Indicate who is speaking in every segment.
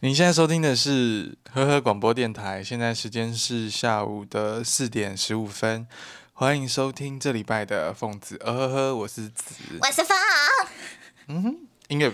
Speaker 1: 您现在收听的是和和广播电台，现在时间是下午的四点十五分，欢迎收听这礼拜的凤子呃呵呵，我是子，
Speaker 2: 我是方
Speaker 1: 音乐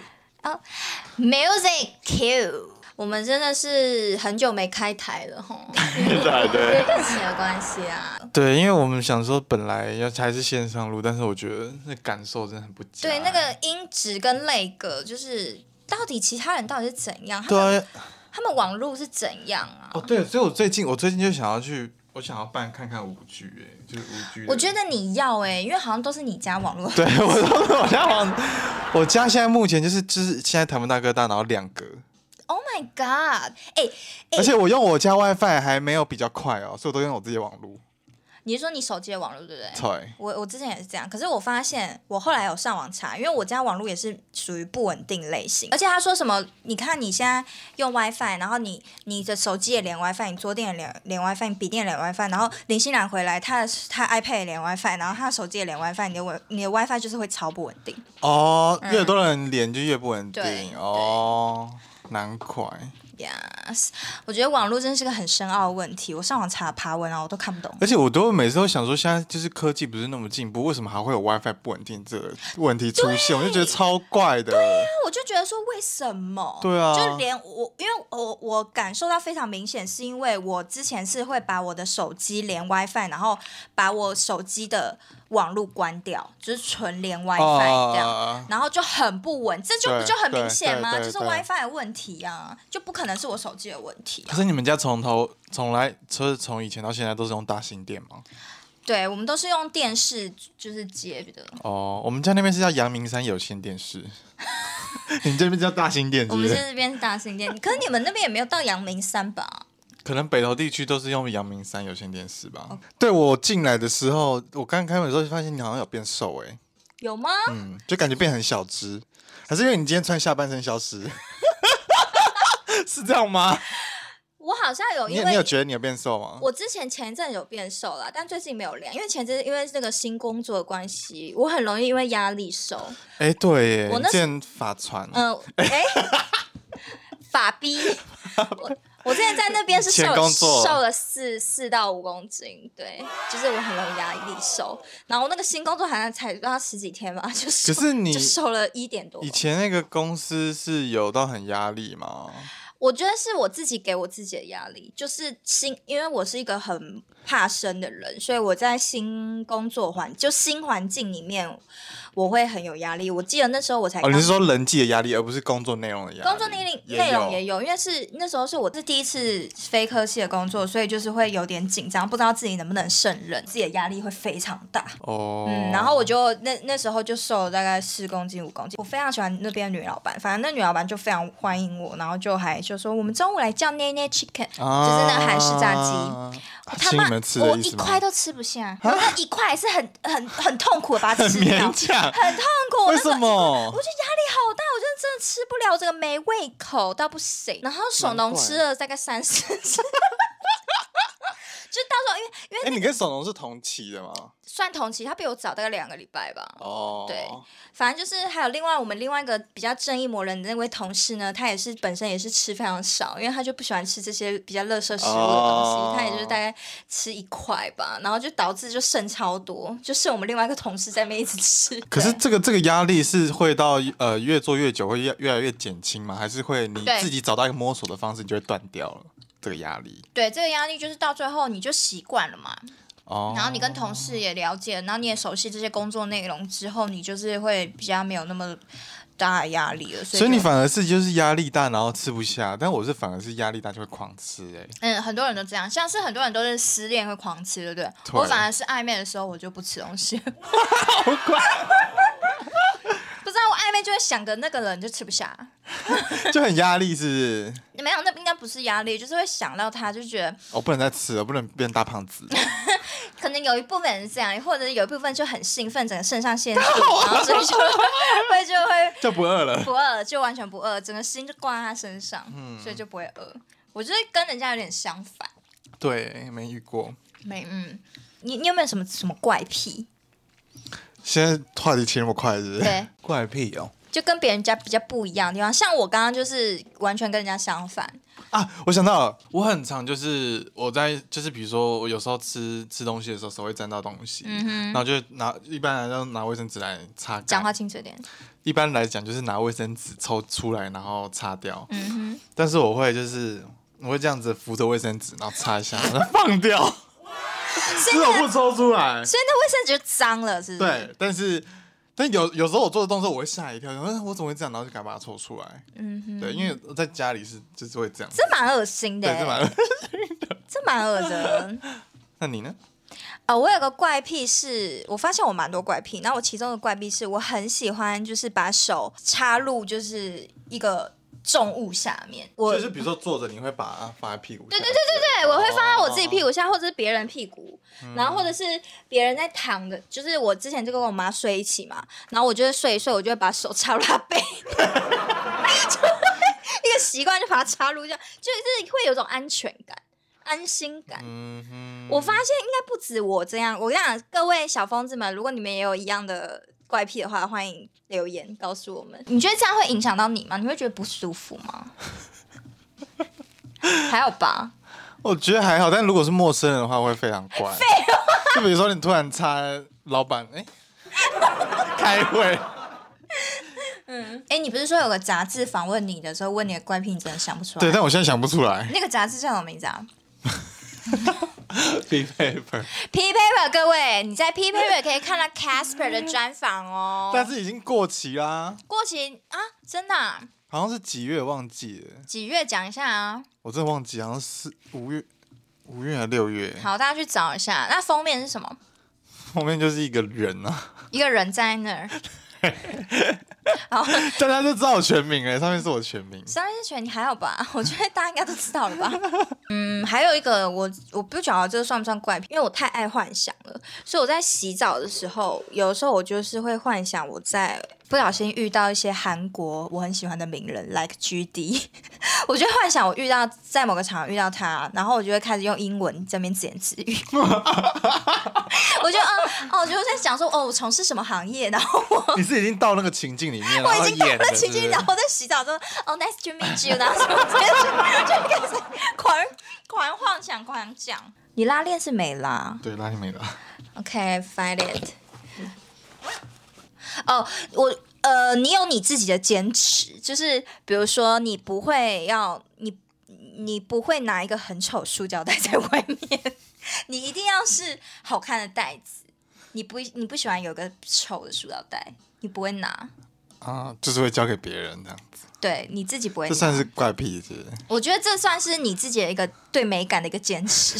Speaker 2: Music Q。我们真的是很久没开台了 吼，
Speaker 3: 对对，
Speaker 2: 疫情的关系 啊。
Speaker 1: 对，因为我们想说本来要还是线上录，但是我觉得那感受真的很不佳。
Speaker 2: 对，那个音质跟类格，就是到底其他人到底是怎样？他
Speaker 1: 对
Speaker 2: 们
Speaker 1: 啊，
Speaker 2: 他们网络是怎样啊？
Speaker 1: 哦对，所以我最近我最近就想要去，我想要办看看五 G 哎、就是五 G。
Speaker 2: 我觉得你要哎、因为好像都是你家网络。
Speaker 1: 对我都我家网，我家现在目前就是就是现在台湾大哥大，然后两个，
Speaker 2: Oh my god！哎、
Speaker 1: 而且我用我家 WiFi 还没有比较快哦，所以我都用我自己的网络。
Speaker 2: 你是说你手机的网络对不对？
Speaker 1: 对，
Speaker 2: 我我之前也是这样，可是我发现我后来有上网查，因为我家网络也是属于不稳定类型，而且他说什么，你看你现在用 WiFi，然后你你的手机也连 WiFi，你桌垫也连连 WiFi，你笔电也连 WiFi，然后林心然回来，他的他 iPad 也连 WiFi，然后他的手机也连 WiFi，你的网你的 WiFi 就是会超不稳定。
Speaker 1: 哦，
Speaker 2: 嗯
Speaker 1: 越多人连就越不稳
Speaker 2: 对
Speaker 1: 定哦，难怪。
Speaker 2: Yes，我觉得网络真是个很深奥的问题，我上网查爬文啊，我都看不懂。
Speaker 1: 而且我都每次都想说，现在就是科技不是那么进步，为什么还会有 WiFi 不稳定这个问题出现？我就觉得超怪的。
Speaker 2: 我就觉得说，为什么？
Speaker 1: 对啊
Speaker 2: 就连我，因为我我感受到非常明显，是因为我之前是会把我的手机连 WiFi，然后把我手机的网络关掉，就是纯连 WiFi 这样。
Speaker 1: 啊
Speaker 2: 然后就很不稳，这就
Speaker 1: 对
Speaker 2: 不就很明显吗？
Speaker 1: 对对
Speaker 2: 就是
Speaker 1: 对
Speaker 2: WiFi 的问题啊，就不可能是我手机的问题啊、
Speaker 1: 可是你们家从头从来，就是从以前到现在都是用大型电 吗？
Speaker 2: 对，我们都是用电视就是接的，
Speaker 1: 哦，我们家那边是叫阳明山有线电 视，你这边叫大兴电视
Speaker 2: 我们是这边是大型电，可是你们那边也没有到阳明山吧？
Speaker 1: 可能北投地区都是用阳明山有线电视吧。
Speaker 2: 哦
Speaker 1: 对我进来的时候，我刚开门的时候就发现你好像有变瘦哎、
Speaker 2: 有吗？
Speaker 1: 嗯，就感觉变很小只，还是因为你今天穿下半身消 失？是这样吗？
Speaker 2: 我好像有，
Speaker 1: 你
Speaker 2: 因
Speaker 1: 有
Speaker 2: 为
Speaker 1: 你有觉得你有变瘦吗？
Speaker 2: 我之前前一阵有变瘦啦，但最近没有量，因为前阵因为那个新工作的关系，我很容易因为压力瘦。
Speaker 1: 哎、对耶，
Speaker 2: 我那时
Speaker 1: 见法传，
Speaker 2: 嗯、 哎、法逼，我我之前在那边是
Speaker 1: 前
Speaker 2: 瘦
Speaker 1: 工作
Speaker 2: 瘦了四四到五公斤，对，就是我很容易压力瘦。然后那个新工作好像才到十几天吧，就瘦
Speaker 1: 可是你
Speaker 2: 就瘦了一点多
Speaker 1: 以。前那个公司是有到很压力吗？
Speaker 2: 我觉得是我自己给我自己的压力，就是新，因为我是一个很怕生的人，所以我在新工作环就新环境里面，我会很有压力。我记得那时候我才
Speaker 1: 哦，
Speaker 2: 哎刚、
Speaker 1: 你是说人际的压力，而不是工作内容的压力？
Speaker 2: 工作内容
Speaker 1: 也
Speaker 2: 内容
Speaker 1: 有
Speaker 2: 也有，因为是那时候是我是第一次非科系的工作，所以就是会有点紧张，不知道自己能不能胜任，自己的压力会非常大。
Speaker 1: 哦，
Speaker 2: 嗯，然后我就那那时候就瘦了大概四公斤五公斤，我非常喜欢那边的女老板，反正那女老板就非常欢迎我，然后就还就说我们中午来叫奈奈 chicken，、就是那个韩式炸鸡，
Speaker 1: 啊
Speaker 2: 他
Speaker 1: 请
Speaker 2: 妈
Speaker 1: 你们吃
Speaker 2: 我
Speaker 1: 的意
Speaker 2: 一
Speaker 1: 思吗？
Speaker 2: 块都吃不下，然后那一块是很很很痛苦的把它
Speaker 1: 很
Speaker 2: 吃 掉，
Speaker 1: 勉
Speaker 2: 很
Speaker 1: 强，
Speaker 2: 痛苦，
Speaker 1: 为
Speaker 2: 那个
Speaker 1: 什么
Speaker 2: 我就？压力好大，我就真的吃不了这个，没胃口到不行。然后手
Speaker 1: 难
Speaker 2: 农
Speaker 1: 怪
Speaker 2: 吃了大概三十次， 就到时候因为因为
Speaker 1: 哎，你跟手农是同期的吗？
Speaker 2: 算同期，他比我早大概两个礼拜吧。
Speaker 1: 哦，
Speaker 2: 对反正就是还有另外我们另外一个比较正义魔人的那位同事呢，他也是本身也是吃非常少，因为他就不喜欢吃这些比较垃圾食物的东西，
Speaker 1: 哦
Speaker 2: 他也就是大概吃一块吧，然后就导致就剩超多，就剩我们另外一个同事在那边一直吃。
Speaker 1: 可是
Speaker 2: 对
Speaker 1: 这个这个压力是会到呃越做越久会越越来越减轻吗？还是会你
Speaker 2: 对
Speaker 1: 自己找到一个摸索的方式你就会断掉了这个压力？
Speaker 2: 对这个压力就是到最后你就习惯了嘛，
Speaker 1: 哦，
Speaker 2: 然后你跟同事也了解，然后你也熟悉这些工作内容之后，你就是会比较没有那么大的压力了。所以
Speaker 1: 所以你
Speaker 2: 就
Speaker 1: 反而是就是压力大，然后吃不下，但我是反而是压力大就会狂吃哎、
Speaker 2: 嗯，很多人都这样，像是很多人都是失恋会狂吃，对不对？
Speaker 1: 对
Speaker 2: 我反而是暧昧的时候我就不吃东西，不
Speaker 1: 好 怪，
Speaker 2: 知道我暧昧就会想着那个人就吃不下，
Speaker 1: 就很压力是
Speaker 2: 没有，那应该不是压力，就是会想到他，就觉得
Speaker 1: 不是？哦我、不能再吃了，不能变大胖子。
Speaker 2: 可能有一部分人是这样，或者有一部分就很兴奋，整个肾上腺素，然后所以 就会会 就会
Speaker 1: 就不饿了。
Speaker 2: 不饿，就完全不饿，整个心就挂在他身上，
Speaker 1: 嗯
Speaker 2: 所以就不会饿。我觉得跟人家有点相反，
Speaker 1: 对，没遇过。
Speaker 2: 没嗯，你你有没有什么什么怪癖？
Speaker 1: 现在话题切那么快，是不是？
Speaker 2: 对，
Speaker 1: 怪癖哦，
Speaker 2: 就跟别人家比较不一样的地方。像我刚刚就是完全跟人家相反，
Speaker 1: 啊，我想到了，我很常就是我在就是比如说我有时候吃吃东西的时候手会沾到东西，然后就拿一般来讲拿卫生纸来擦
Speaker 2: 嗯讲话
Speaker 1: 干，
Speaker 2: 清楚点。
Speaker 1: 一般来讲就是拿卫生纸抽出来然后擦掉，
Speaker 2: 嗯哼，
Speaker 1: 但是我会就是我会这样子扶着卫生纸然后擦一下，然后放掉，
Speaker 2: 所
Speaker 1: 这
Speaker 2: 以
Speaker 1: 种
Speaker 2: 那
Speaker 1: 不抽出来，
Speaker 2: 所以那卫生纸就脏了，是不是？
Speaker 1: 对，但是。但有有时候我做的动作我会吓一跳，想说哎我怎么会这样，然后就赶快把它抽出来。
Speaker 2: 嗯哼，
Speaker 1: 对，因为我在家里是就是会这样子，
Speaker 2: 这蛮恶心的、
Speaker 1: 对，
Speaker 2: 欸，
Speaker 1: 这蛮。
Speaker 2: 这蛮恶的。
Speaker 1: 那你呢？
Speaker 2: 啊、我有个怪癖是，我发现我蛮多怪癖。那我其中的怪癖是我很喜欢，就是把手插入就是一个重物下面。我
Speaker 1: 就是比如说坐着，你会把它放在屁股下。对对
Speaker 2: 对，我会放在我自己
Speaker 1: 哦
Speaker 2: 屁股下，或者是别人屁股，
Speaker 1: 嗯
Speaker 2: 然后或者是别人在躺的，就是我之前就跟我妈睡一起嘛，然后我就会睡一睡，我就会把手插入她背， 就一个习惯就把它插入，这样就是会有一种安全感、安心感。
Speaker 1: 嗯哼，
Speaker 2: 我发现应该不止我这样，我跟你讲，各位小疯子们，如果你们也有一样的怪癖的话，欢迎留言告诉我们。你觉得这样会影响到你吗？你会觉得不舒服吗？ 还有吧，
Speaker 1: 我觉得还好，但如果是陌生人的话，会非常怪。就比如说你突然插老板，哎、开会，
Speaker 2: 哎、你不是说有个杂志访问你的时候问你的怪癖，你真的想不出
Speaker 1: 对，
Speaker 2: 来？
Speaker 1: 但我现在想不出来。
Speaker 2: 那个杂志叫什么名字啊
Speaker 1: B paper，
Speaker 2: ？P Paper，各位，你在 P Paper 可以看到 Casper 的专访哦。
Speaker 1: 但是已经过期啦，
Speaker 2: 过期啊，真的啊、
Speaker 1: 好像是几月忘记了，
Speaker 2: 几月讲一下啊？
Speaker 1: 我真的忘记，好像是五月。五月还是六月，
Speaker 2: 好，大家去找一下。那封面是什么？
Speaker 1: 后面就是一个人啊，
Speaker 2: 一个人在那儿。好，
Speaker 1: 大家就知道我全名了，上面是我全名。
Speaker 2: 商业权你还好吧？ 我觉得大家应该都知道了吧。 嗯，还有一个我我不晓得这算不算怪癖，因为我太爱幻想了，所以我在洗澡的时候，有的时候我就是会幻想我在不小心遇到一些韩国我很喜欢的名人，like G D，我 就会幻想我遇到在某个场合遇到他，然后我就会开始用英文这边自言自语。 我就嗯哦，我就在想说哦，我从事什么行业，然后我
Speaker 1: 你是已经到那个情境里面，
Speaker 2: 我
Speaker 1: 然后
Speaker 2: 已经到
Speaker 1: 演
Speaker 2: 了
Speaker 1: 了
Speaker 2: 情
Speaker 1: 是不
Speaker 2: 境，
Speaker 1: 是
Speaker 2: 然后在洗澡之后，哦，nice to meet you，然后什么之类的，就就开始狂狂幻想、狂讲。你拉链是没拉
Speaker 1: 对，拉你没了。
Speaker 2: ？OK，find、it。哦，我呃，你有你自己的坚持，就是比如说你不会要你你不会拿一个很丑塑胶袋在外面， 你一定要是好看的袋子。你不你不喜欢有个丑的塑料袋，你不会拿。
Speaker 1: 啊，就是会交给别人这样子，
Speaker 2: 对啊你自己不会
Speaker 1: 这
Speaker 2: 拿，
Speaker 1: 算是怪癖是不是？
Speaker 2: 我觉得这算是你自己的一个对美感的一个坚持，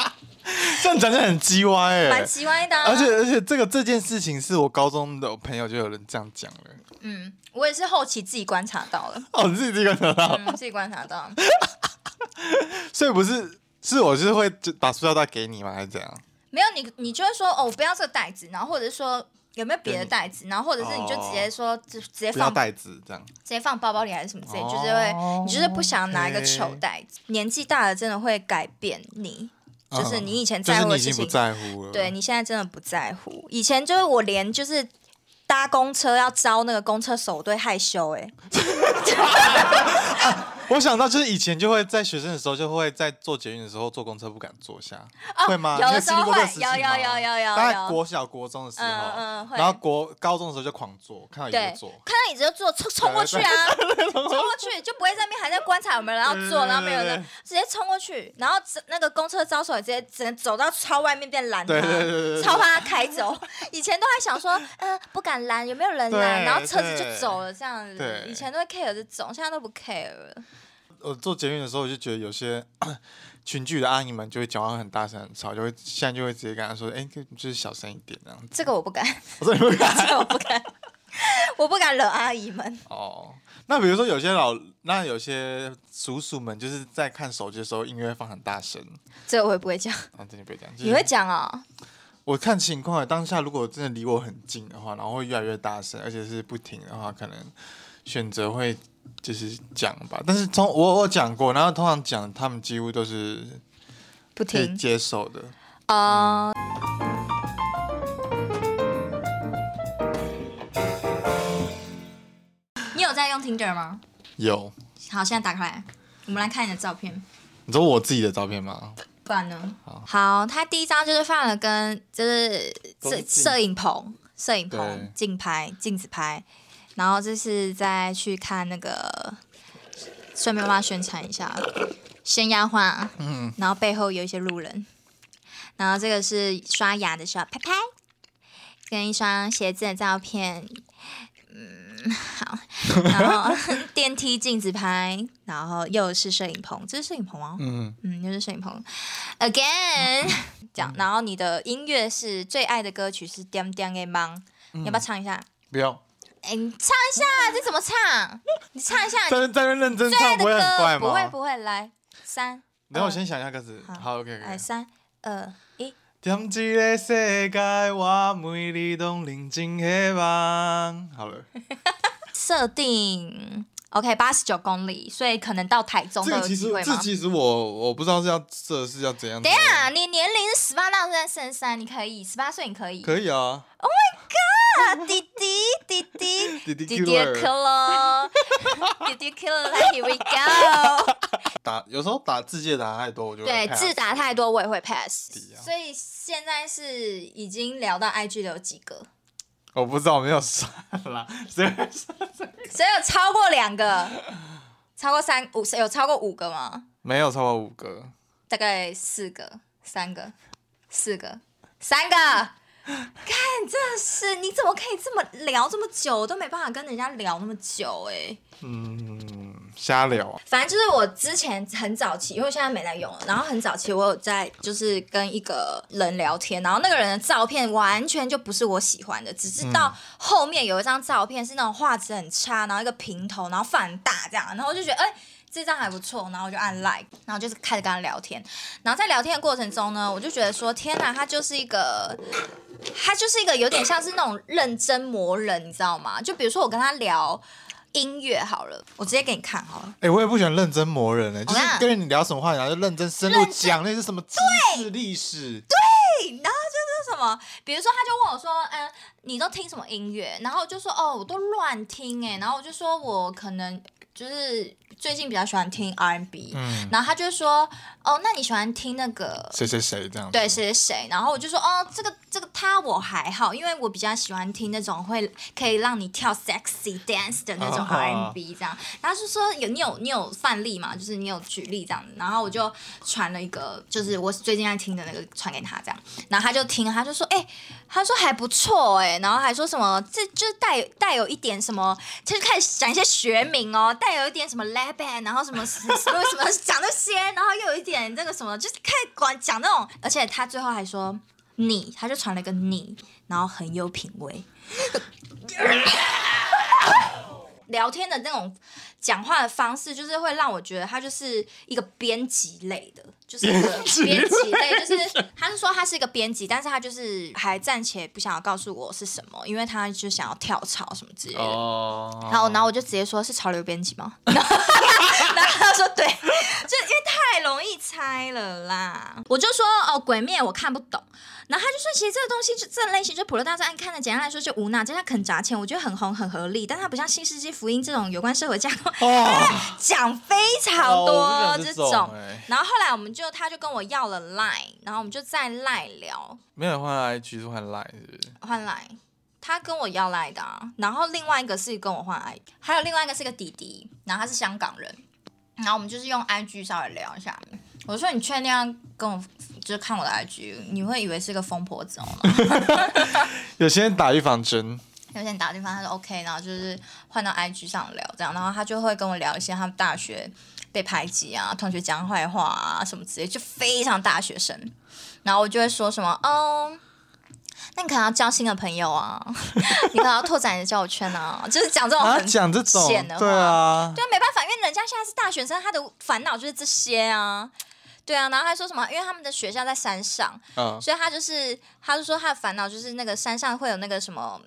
Speaker 1: 这样讲就很鸡歪哎、
Speaker 2: 蛮奇怪的、啊。
Speaker 1: 而且，而且这个这件事情是我高中的朋友就有人这样讲了，
Speaker 2: 嗯，我也是后期自己观察 到了，
Speaker 1: 哦，你自己这个得到，
Speaker 2: 嗯，自己观察到。
Speaker 1: 所以不是是我就是会就把塑料袋给你吗？还是怎样？
Speaker 2: 没有你，你就会说哦，我不要这个袋子，然后或者是说有没有别的袋子，然后或者是你就直接说直直接
Speaker 1: 嗯哦不要
Speaker 2: 哎放直
Speaker 1: 袋子这样，
Speaker 2: 接放包包里还是什么之类，
Speaker 1: 哦
Speaker 2: 就是会你就是不想拿一个丑
Speaker 1: OK
Speaker 2: 袋子。年纪大了真的会改变你，就是
Speaker 1: 嗯
Speaker 2: 你以前
Speaker 1: 就
Speaker 2: 在
Speaker 1: 是你
Speaker 2: 乎的
Speaker 1: 已
Speaker 2: 事
Speaker 1: 经不
Speaker 2: 情，
Speaker 1: 在乎了，
Speaker 2: 对，你现在真的不在乎。以前就是我连就是搭公车要招那个公车手，我都会害羞哎、欸
Speaker 1: 我想到就是以前就会在学生的时候就会在坐捷运的时候坐公车不敢坐下，会吗？
Speaker 2: 哦有
Speaker 1: 你
Speaker 2: 的时
Speaker 1: 经历
Speaker 2: 候
Speaker 1: 过
Speaker 2: 会，
Speaker 1: 这个时期
Speaker 2: 有有
Speaker 1: 吗
Speaker 2: 有有有
Speaker 1: 大
Speaker 2: 有
Speaker 1: 概国小国中的时候，
Speaker 2: 嗯嗯会
Speaker 1: 然后国高中的时候就狂坐，看到有人
Speaker 2: 对
Speaker 1: 就坐，。
Speaker 2: 看到你只有坐冲冲过去啊，冲过去就不会在那边还在观察有没有人要坐，
Speaker 1: 对对对
Speaker 2: 然后没有人
Speaker 1: 对
Speaker 2: 直接冲过去，然后只那个公车招手也直接只能走到超外面变拦他
Speaker 1: 对对对对，对
Speaker 2: 超怕他开走。 以前都还想说，嗯，不敢拦，有没有人拦，
Speaker 1: 对
Speaker 2: 然后车子就
Speaker 1: 对
Speaker 2: 走了这样子
Speaker 1: 对。
Speaker 2: 以前都会 care 这种，现在都不 care 了。
Speaker 1: 我呃做捷运的时候，我就觉得有些 群聚的阿姨们就会讲话很大声很吵，就会现在就会直接跟她说：“哎、可以就是小声一点这样子。
Speaker 2: 这个我不敢，”
Speaker 1: 我说：“你们
Speaker 2: 这个我不敢，我不敢惹阿姨们。
Speaker 1: 哦。”那比如说有些老，那有些叔叔们就是在看手机的时候，音乐会放很大声
Speaker 2: 这个我也不会讲，
Speaker 1: 啊，真的别这样。就是
Speaker 2: 你会讲啊、
Speaker 1: 我看情况，当下如果真的离我很近的话，然后会越来越大声，而且是不停的话，可能选择会就是讲吧。但是从我我讲过，然后通常讲他们几乎都是
Speaker 2: 不
Speaker 1: 可以
Speaker 2: 听
Speaker 1: 接受的。
Speaker 2: 啊、 Tinder 吗？
Speaker 1: 有，
Speaker 2: 好，现在打开来，我们来看你的照片。
Speaker 1: 你说我自己的照片吗？
Speaker 2: 不然呢？
Speaker 1: 好
Speaker 2: 他第一张就是放了跟就是
Speaker 1: 都是
Speaker 2: 摄
Speaker 1: 镜
Speaker 2: 摄影棚、摄影
Speaker 1: 对
Speaker 2: 棚、竞拍、镜子拍，然后这是再去看那个，顺便帮他宣传一下悬崖画，
Speaker 1: 嗯，
Speaker 2: 然后背后有一些路人，然后这个是刷牙的时候拍拍，跟一双鞋子的照片。嗯，好，然后 电梯镜子拍，然后又是摄影棚，这是摄影棚吗？
Speaker 1: 嗯，
Speaker 2: 嗯，又是摄影棚，again，这样。然后你的音乐是最爱的歌曲是《Damn Damn a Mon》，你要
Speaker 1: 嗯
Speaker 2: 不要唱一下？
Speaker 1: 不用，
Speaker 2: 哎，你唱 一下，这怎么唱？你唱一下，
Speaker 1: 在
Speaker 2: 你
Speaker 1: 那在那认真
Speaker 2: 最爱
Speaker 1: 唱
Speaker 2: 的
Speaker 1: 不会很怪
Speaker 2: 歌
Speaker 1: 吗？
Speaker 2: 不会不会，来三，
Speaker 1: 等我先想一下歌词。
Speaker 2: 好哎
Speaker 1: 好，OK
Speaker 2: 来
Speaker 1: OK。
Speaker 2: 三二一，
Speaker 1: 踮一个世界，我每日拢认真希望。好了，
Speaker 2: 设定 OK 八十九公里，所以可能到台中
Speaker 1: 这
Speaker 2: 都
Speaker 1: 个
Speaker 2: 有
Speaker 1: 其实
Speaker 2: 机会
Speaker 1: 这
Speaker 2: 吗？
Speaker 1: 其实我我不知道是要这是要怎样。
Speaker 2: 等一下，你年龄是十八到三十三，你可以，十八岁你可以。
Speaker 1: 可以啊，
Speaker 2: 啊，弟弟弟弟。
Speaker 1: 弟弟
Speaker 2: Did you
Speaker 1: killer
Speaker 2: kill her? Did you kill her? Here we go.
Speaker 1: 打有时候打字界打太多，我就会
Speaker 2: 对，
Speaker 1: pass
Speaker 2: 字打太多我也会 pass
Speaker 1: 底。啊
Speaker 2: 所以现在是已经聊到 IG 的有几个？
Speaker 1: 我不知道，我没有删啦， 谁会删
Speaker 2: 所以有超过两个，超过三五有超过五个吗？
Speaker 1: 没有超过五个，
Speaker 2: 大概四个，三个，四个，三个。看，真的是你怎么可以这么聊这么久？我都没办法跟人家聊那么久哎、
Speaker 1: 嗯，瞎聊啊，
Speaker 2: 反正就是我之前很早期，因为我现在没在用了，然后很早期我有在就是跟一个人聊天，然后那个人的照片完全就不是我喜欢的，只是到后面有一张照片是那种画质很差，然后一个平头，然后放很大这样，然后我就觉得哎。这张还不错，然后我就按 like，然后就是开始跟他聊天，然后在聊天的过程中呢，我就觉得说，天哪，他就是一个他就是一个有点像是那种认真磨人，你知道吗？就比如说我跟他聊音乐好了，我直接给你看好了。
Speaker 1: 哎、我也不喜欢认真磨人呢、欸就
Speaker 2: 我跟你
Speaker 1: 是
Speaker 2: 讲
Speaker 1: 跟你聊什么话，然后就认真深入讲那是什么知识、历史，
Speaker 2: 然后就是什么，比如说他就问我说，嗯，你都听什么音乐？然后我就说，哦，我都乱听哎、然后我就说我可能就是最近比较喜欢听 R&B，、
Speaker 1: 嗯，
Speaker 2: 然后他就说，哦，那你喜欢听那个
Speaker 1: 谁谁谁这样子，
Speaker 2: 对谁谁谁，然后我就说哦，这个这个他我还好，因为我比较喜欢听那种会可以让你跳 sexy dance 的那种
Speaker 1: 啊啊啊
Speaker 2: R&B 这样。然后他就说有你有你有范例嘛，就是你有举例这样子。然后我就传了一个，就是我最近在听的那个传给他这样，然后他就听，他就说哎、他说还不错哎、然后还说什么这就是带有带有一点什么，他就开始讲一些学名哦，带有一点什么 lab band，然后什么什么什么讲那些，然后又有一点这个什么，就是开始管讲那种，而且他最后还说你，他就传了一个你，然后很有品味。聊天的那种讲话的方式，就是会让我觉得他就是一个编辑 类的，就是一个
Speaker 1: 编辑
Speaker 2: 编辑类，就是他是说他是一个编辑，但是他就是还暂且不想要告诉我是什么，因为他就想要跳槽什么之类的。
Speaker 1: 哦，
Speaker 2: 然后，然后我就直接说是潮流编辑吗？ 然后然后他说对，就 因为太容易猜了啦。我就说哦，鬼灭我看不懂。然后他就说，其实这个东西就这类型，就普罗大众爱看的，简单来说就无脑，加上肯砸钱，我觉得很红很合理。但它不像《新世纪福音》这种有关社会架构
Speaker 1: 哦，
Speaker 2: 讲非常哎多啊
Speaker 1: 哦我不喜
Speaker 2: 这
Speaker 1: 欢这
Speaker 2: 种。
Speaker 1: 哎
Speaker 2: 然后后来我们就他就跟我要了 Line，然后我们就在 Line 聊，
Speaker 1: 没有人换 IG 是换 Line 是不是？
Speaker 2: 换来，他跟我要来的、啊，然后另外一个是跟我换 I，还有另外一个是个弟弟，然后他是香港人，然后我们就是用 IG 稍微聊一下。我说你确定要跟我就是看我的 IG，你会以为是个疯婆子哦。
Speaker 1: 有些人打预防针，
Speaker 2: 有点打地方，他说 OK，然后就是换到 IG 上聊这样，然后他就会跟我聊一些他们大学被排挤啊、同学讲坏话啊什么之类，就非常大学生。然后我就会说什么，哦，那你可能要交新的朋友啊， 你可能要拓展你的交友圈啊，就是讲这种
Speaker 1: 啊，
Speaker 2: 很
Speaker 1: 讲这种
Speaker 2: 显的，话
Speaker 1: 对啊，
Speaker 2: 对啊，没办法，因为人家现在是大学生，他的烦恼就是这些啊。对啊，然后还说什么？因为他们的学校在山上，
Speaker 1: 嗯，
Speaker 2: 所以他就是，他就说他的烦恼就是那个山上会有那个什么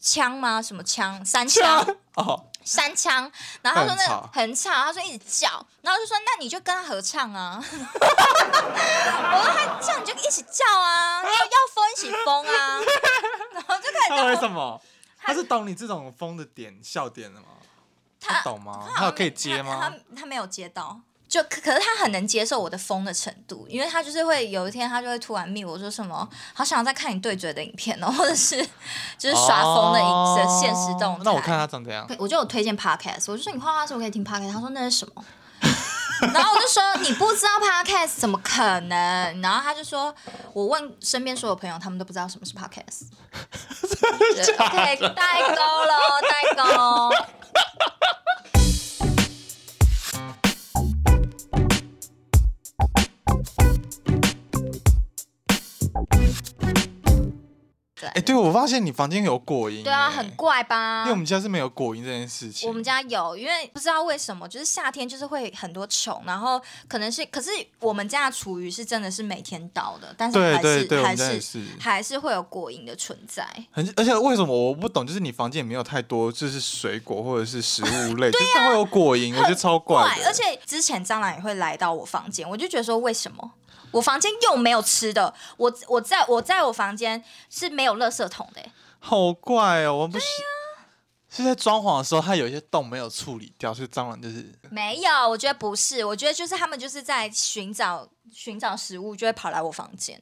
Speaker 2: 枪吗？什么枪？山枪？
Speaker 1: 哦，
Speaker 2: 山枪。然后他说那
Speaker 1: 很吵
Speaker 2: 个很吵，他说一直叫，然后就说那你就跟他合唱啊。 我说他叫你就一起叫啊，然后要疯一起疯啊，然后就开始
Speaker 1: 他为
Speaker 2: 跟
Speaker 1: 什
Speaker 2: 我
Speaker 1: 么？他是懂你这种疯的点笑点的吗？他
Speaker 2: 他
Speaker 1: 懂吗？
Speaker 2: 好
Speaker 1: 他
Speaker 2: 像
Speaker 1: 有可以接
Speaker 2: 他
Speaker 1: 吗？
Speaker 2: 他他没有接到，就可可是他很能接受我的疯的程度，因为他就是会有一天他就会突然密我说什么，好想再看你对嘴的影片哦，或者是就是耍疯的影、
Speaker 1: 哦
Speaker 2: 的现实动态。
Speaker 1: 那我看他长怎样
Speaker 2: 可，我就有推荐 podcast，我就说你画画时候可以听 podcast，他说那是什么？ 然后我就说你不知道 podcast 怎么可能？然后他就说我问身边所有朋友，他们都不知道什么是 podcast。对 OK，代沟喽，代沟。
Speaker 1: 哎、对我发现你房间有果蝇、
Speaker 2: 对啊，
Speaker 1: 哎
Speaker 2: 很怪吧？
Speaker 1: 因为我们家是没有果蝇这件事情。
Speaker 2: 我们家有，因为不知道为什么，就是夏天就是会很多虫，然后可能是，可是我们家的厨余是真的是每天倒的，但是
Speaker 1: 对
Speaker 2: 还是
Speaker 1: 对对我
Speaker 2: 还
Speaker 1: 们家也
Speaker 2: 是
Speaker 1: 是
Speaker 2: 还是会有果蝇的存在。
Speaker 1: 很，而且为什么我不懂？就是你房间也没有太多，就是水果或者是食物 类，就是它会有果蝇，我觉得超怪的。
Speaker 2: 啊而且之前蟑螂也会来到我房间，我就觉得说为什么我房间又没有吃的，我我在我在我房间是没有垃圾桶的、欸
Speaker 1: 好怪哦，我不是、是在装潢的时候，它有一些洞没有处理掉，所以蟑螂就是
Speaker 2: 没有，我觉得不是，我觉得就是他们就是在寻找寻找食物，就会跑来我房间。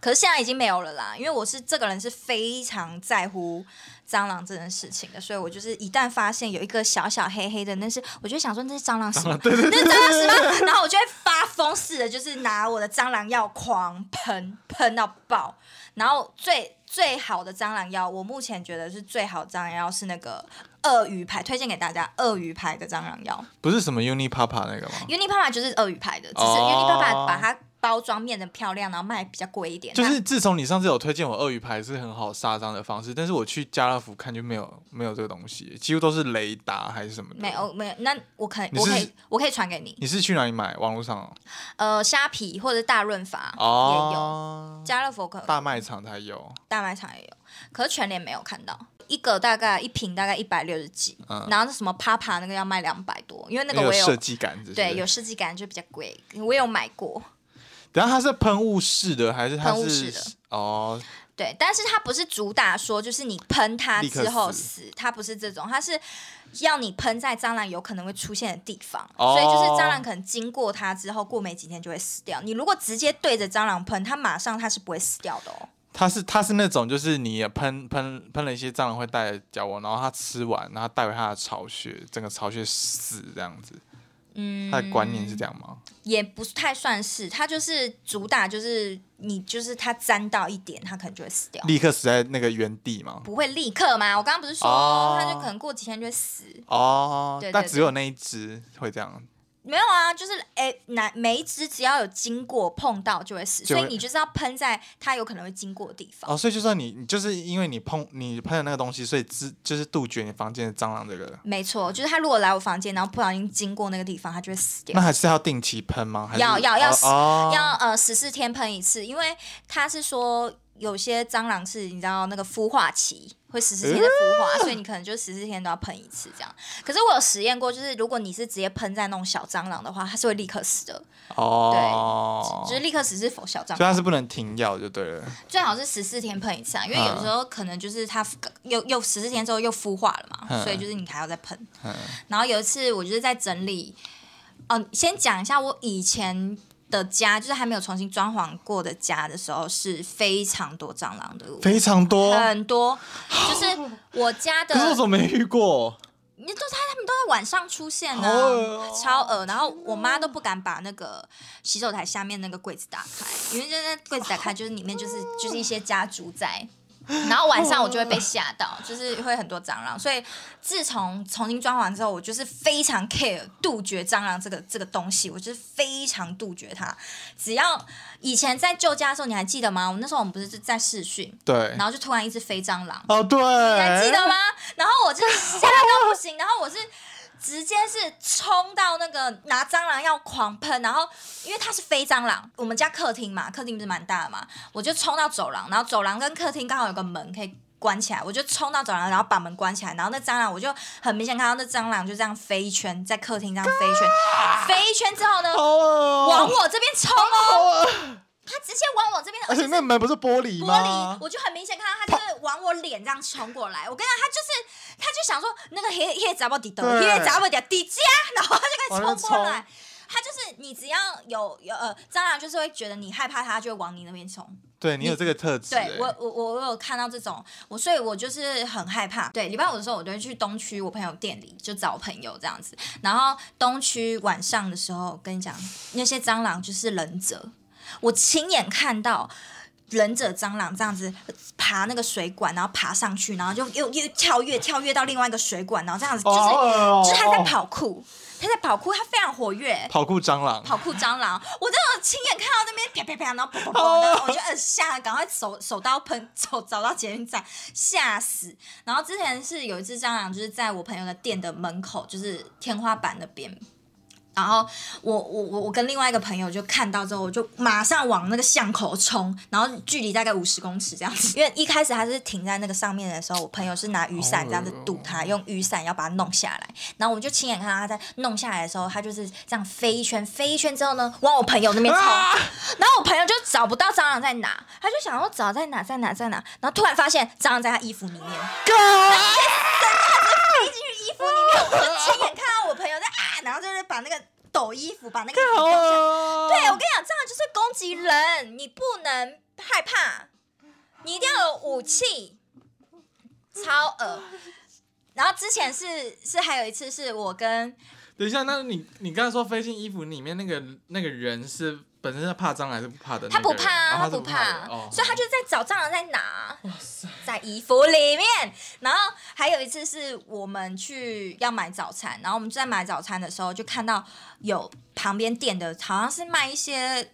Speaker 2: 可是现在已经没有了啦，因为我是这个人是非常在乎蟑螂这件事情的，所以我就是一旦发现有一个小小黑黑的，那是我就会想说那是蟑螂屎吗？那是蟑螂屎吗？然后我就会发疯似的，就是拿我的蟑螂药狂喷喷到爆。然后最最好的蟑螂药，我目前觉得是最好的蟑螂药是那个鳄鱼牌，推荐给大家鳄鱼牌的蟑螂药。
Speaker 1: 不是什么 Uni Papa 那个吗？
Speaker 2: Unipapa 就是鳄鱼牌的，只是
Speaker 1: 哦
Speaker 2: Unipapa 把它包装变得漂亮，然后卖比较贵一点。
Speaker 1: 就是自从你上次有推荐我鳄鱼牌是很好杀蟑的方式，但是我去家乐福看就没有没有这个东西，几乎都是雷达还是什么的。
Speaker 2: 那没有没有，那我可以
Speaker 1: 你
Speaker 2: 我
Speaker 1: 是
Speaker 2: 可以我可以传给你，
Speaker 1: 你是去哪里买？网络上哦
Speaker 2: 呃，虾皮或者大润发也有，
Speaker 1: 哦，
Speaker 2: 家乐福可
Speaker 1: 大卖场才有。
Speaker 2: 大卖场也有，可是全联没有看到。一个大概一瓶大概一百六十几，
Speaker 1: 嗯
Speaker 2: 然后那什么 Papa 那个要卖两百多，因为那个
Speaker 1: 因
Speaker 2: 我
Speaker 1: 为
Speaker 2: 也
Speaker 1: 有
Speaker 2: 有
Speaker 1: 设计感，就是
Speaker 2: 对有。设计感就比较贵，我也有买过。
Speaker 1: 然后它是喷雾式的还是它
Speaker 2: 喷雾
Speaker 1: 是
Speaker 2: 式的
Speaker 1: 哦？
Speaker 2: 对，但是它不是主打说就是你喷它
Speaker 1: 立刻
Speaker 2: 之后
Speaker 1: 死
Speaker 2: 死，它不是这种，它是要你喷在蟑螂有可能会出现的地方，
Speaker 1: 哦
Speaker 2: 所以就是蟑螂可能经过它之后，过没几天就会死掉。你如果直接对着蟑螂喷，它马上它是不会死掉的哦。
Speaker 1: 它是它是那种就是你也喷喷喷了一些蟑螂会带的角膜，然后它吃完，然后带回它的巢穴，整个巢穴死这样子。
Speaker 2: 嗯，
Speaker 1: 它的观念是这样吗？
Speaker 2: 也不太算是，它就是主打就是你就是它沾到一点，它可能就会死掉，
Speaker 1: 立刻死在那个原地吗？
Speaker 2: 不会立刻嘛。我刚刚不是说、
Speaker 1: 哦
Speaker 2: 它就可能过几天就会死，
Speaker 1: 哦
Speaker 2: 对，对
Speaker 1: 但
Speaker 2: 对
Speaker 1: 只有那一只会这样。
Speaker 2: 没有啊，就是诶，哪每一只只要有经过碰到就会死，
Speaker 1: 就
Speaker 2: 所
Speaker 1: 会
Speaker 2: 以你就是要喷在它有可能会经过的地方。
Speaker 1: 哦，所以就算你你就是因为你碰你喷的那个东西，所以自就是杜绝你房间的蟑螂这个。
Speaker 2: 没错，就是它如果来我房间，然后不小心经过那个地方，它就会死掉
Speaker 1: 那。还是要定期喷吗？还是
Speaker 2: 要要要
Speaker 1: 哦
Speaker 2: 死
Speaker 1: 哦
Speaker 2: 要呃十四天喷一次，因为它是说有些蟑螂是你知道那个孵化期会十四天的孵化，所以你可能就十四天都要喷一次这样。可是我有实验过，就是如果你是直接喷在那种小蟑螂的话，它是会立刻死的，
Speaker 1: 哦，
Speaker 2: 就是立刻死是否小蟑螂
Speaker 1: 所以。它是不能停药就对了。
Speaker 2: 最好是十四天喷一次啊，因为有时
Speaker 1: 嗯
Speaker 2: 候可能就是它又又十四天之后又孵化了嘛，
Speaker 1: 嗯
Speaker 2: 所以就是你还要再喷。
Speaker 1: 嗯
Speaker 2: 然后有一次我就是在整理，哦、先讲一下我以前的家，就是还没有重新装潢过的家的时候，是非常多蟑螂的，
Speaker 1: 非常多，
Speaker 2: 很多，就是我家的
Speaker 1: 可是我怎么没遇过？
Speaker 2: 你都他他们都在晚上出现呢、
Speaker 1: 好恶哦
Speaker 2: 超恶。然后我妈都不敢把那个洗手台下面那个柜子打开，因为就那柜子打开就是里面就是就是一些家猪在。然后晚上我就会
Speaker 1: 哦
Speaker 2: 被吓到，就是会很多蟑螂，所以自从重新装潢之后，我就是非常 care 杜绝蟑螂这个这个东西，我就是非常杜绝它。只要以前在旧家的时候，你还记得吗？我们那时候我们不是就在试训，
Speaker 1: 对
Speaker 2: 然，后就突然一只飞蟑螂，
Speaker 1: 哦对，
Speaker 2: 你还记得吗？然后我就吓到不行，然后我是直接是冲到那个拿蟑螂要狂喷，然后因为它是飞蟑螂，我们家客厅嘛，客厅不是蛮大的嘛，我就冲到走廊，然后走廊跟客厅刚好有个门可以。关起来，我就冲到走廊，然后把门关起来，然后那蟑螂我就很明显看到那蟑螂就这样飞一圈，在客厅这样飞一圈，飞一圈之后呢，
Speaker 1: 好恶哦
Speaker 2: 往我这边冲哦，他直接往我这边，
Speaker 1: 而且那个门不是玻璃
Speaker 2: 玻
Speaker 1: 吗
Speaker 2: 璃，？我就很明显看到他就是往我脸这样冲过来。我跟你讲，他就是他就想说那个黑黑杂包底斗，
Speaker 1: 对
Speaker 2: 黑杂包底底加，然后他就开始
Speaker 1: 往那
Speaker 2: 冲过
Speaker 1: 边
Speaker 2: 来。他就是你只要有有呃，蟑螂就是会觉得你害怕它，它就会往你那边冲。
Speaker 1: 对你有这个特质、
Speaker 2: 对
Speaker 1: 欸
Speaker 2: 我我我我有看到这种，我所以我就是很害怕。对，礼拜五的时候，我就会去东区我朋友店里就找朋友这样子。然后东区晚上的时候，跟你讲那些蟑螂就是忍者，我亲眼看到。忍者蟑螂这样子爬那个水管，然后爬上去，然后就又又跳跃跳跃到另外一个水管，然后这样子就是、
Speaker 1: 哦
Speaker 2: 就是他在跑酷，他在跑酷，他非常活跃。
Speaker 1: 跑酷蟑螂，
Speaker 2: 跑酷蟑螂，我真的亲眼看到那边啪啪啪，然后砰砰砰，然后我就呃吓，赶快手手刀喷 走找到捷运站，吓死。然后之前是有一只蟑螂，就是在我朋友的店的门口，就是天花板那边。然后我我我我跟另外一个朋友就看到之后，我就马上往那个巷口冲，然后距离大概五十公尺这样子。因为一开始他是停在那个上面的时候，我朋友是拿雨伞这样子堵他，用雨伞要把它弄下来。然后我们就亲眼看到他在弄下来的时候，他就是这样飞一圈，飞一圈之后呢，往我朋友那边冲。
Speaker 1: 啊
Speaker 2: 然后我朋友就找不到蟑螂在哪，他就想说找在哪在哪在哪，然后突然发现蟑螂在他衣服里面，飞进去衣服里面，我就亲眼看到我朋友在啊，然后就是把那个抖衣服，把那个衣服
Speaker 1: 好哦
Speaker 2: 抖下来
Speaker 1: 恶
Speaker 2: 对，我跟你讲，蟑螂就是攻击人，你不能害怕，你一定要有武器，超恶。然后之前是是还有一次是我跟
Speaker 3: 等一下，那你你刚才说飞进衣服里面那个那个人是本身是怕蟑螂还是不怕的
Speaker 2: 他
Speaker 3: 那个
Speaker 2: 不
Speaker 3: 人？
Speaker 2: 怕啊，
Speaker 3: 哦
Speaker 2: 他
Speaker 3: 是
Speaker 2: 不怕
Speaker 3: 的，哦，
Speaker 2: 所以他就在找蟑螂在哪，
Speaker 3: 哇塞，
Speaker 2: 在衣服里面。然后还有一次是我们去要买早餐，然后我们在买早餐的时候就看到有旁边店的，好像是卖一些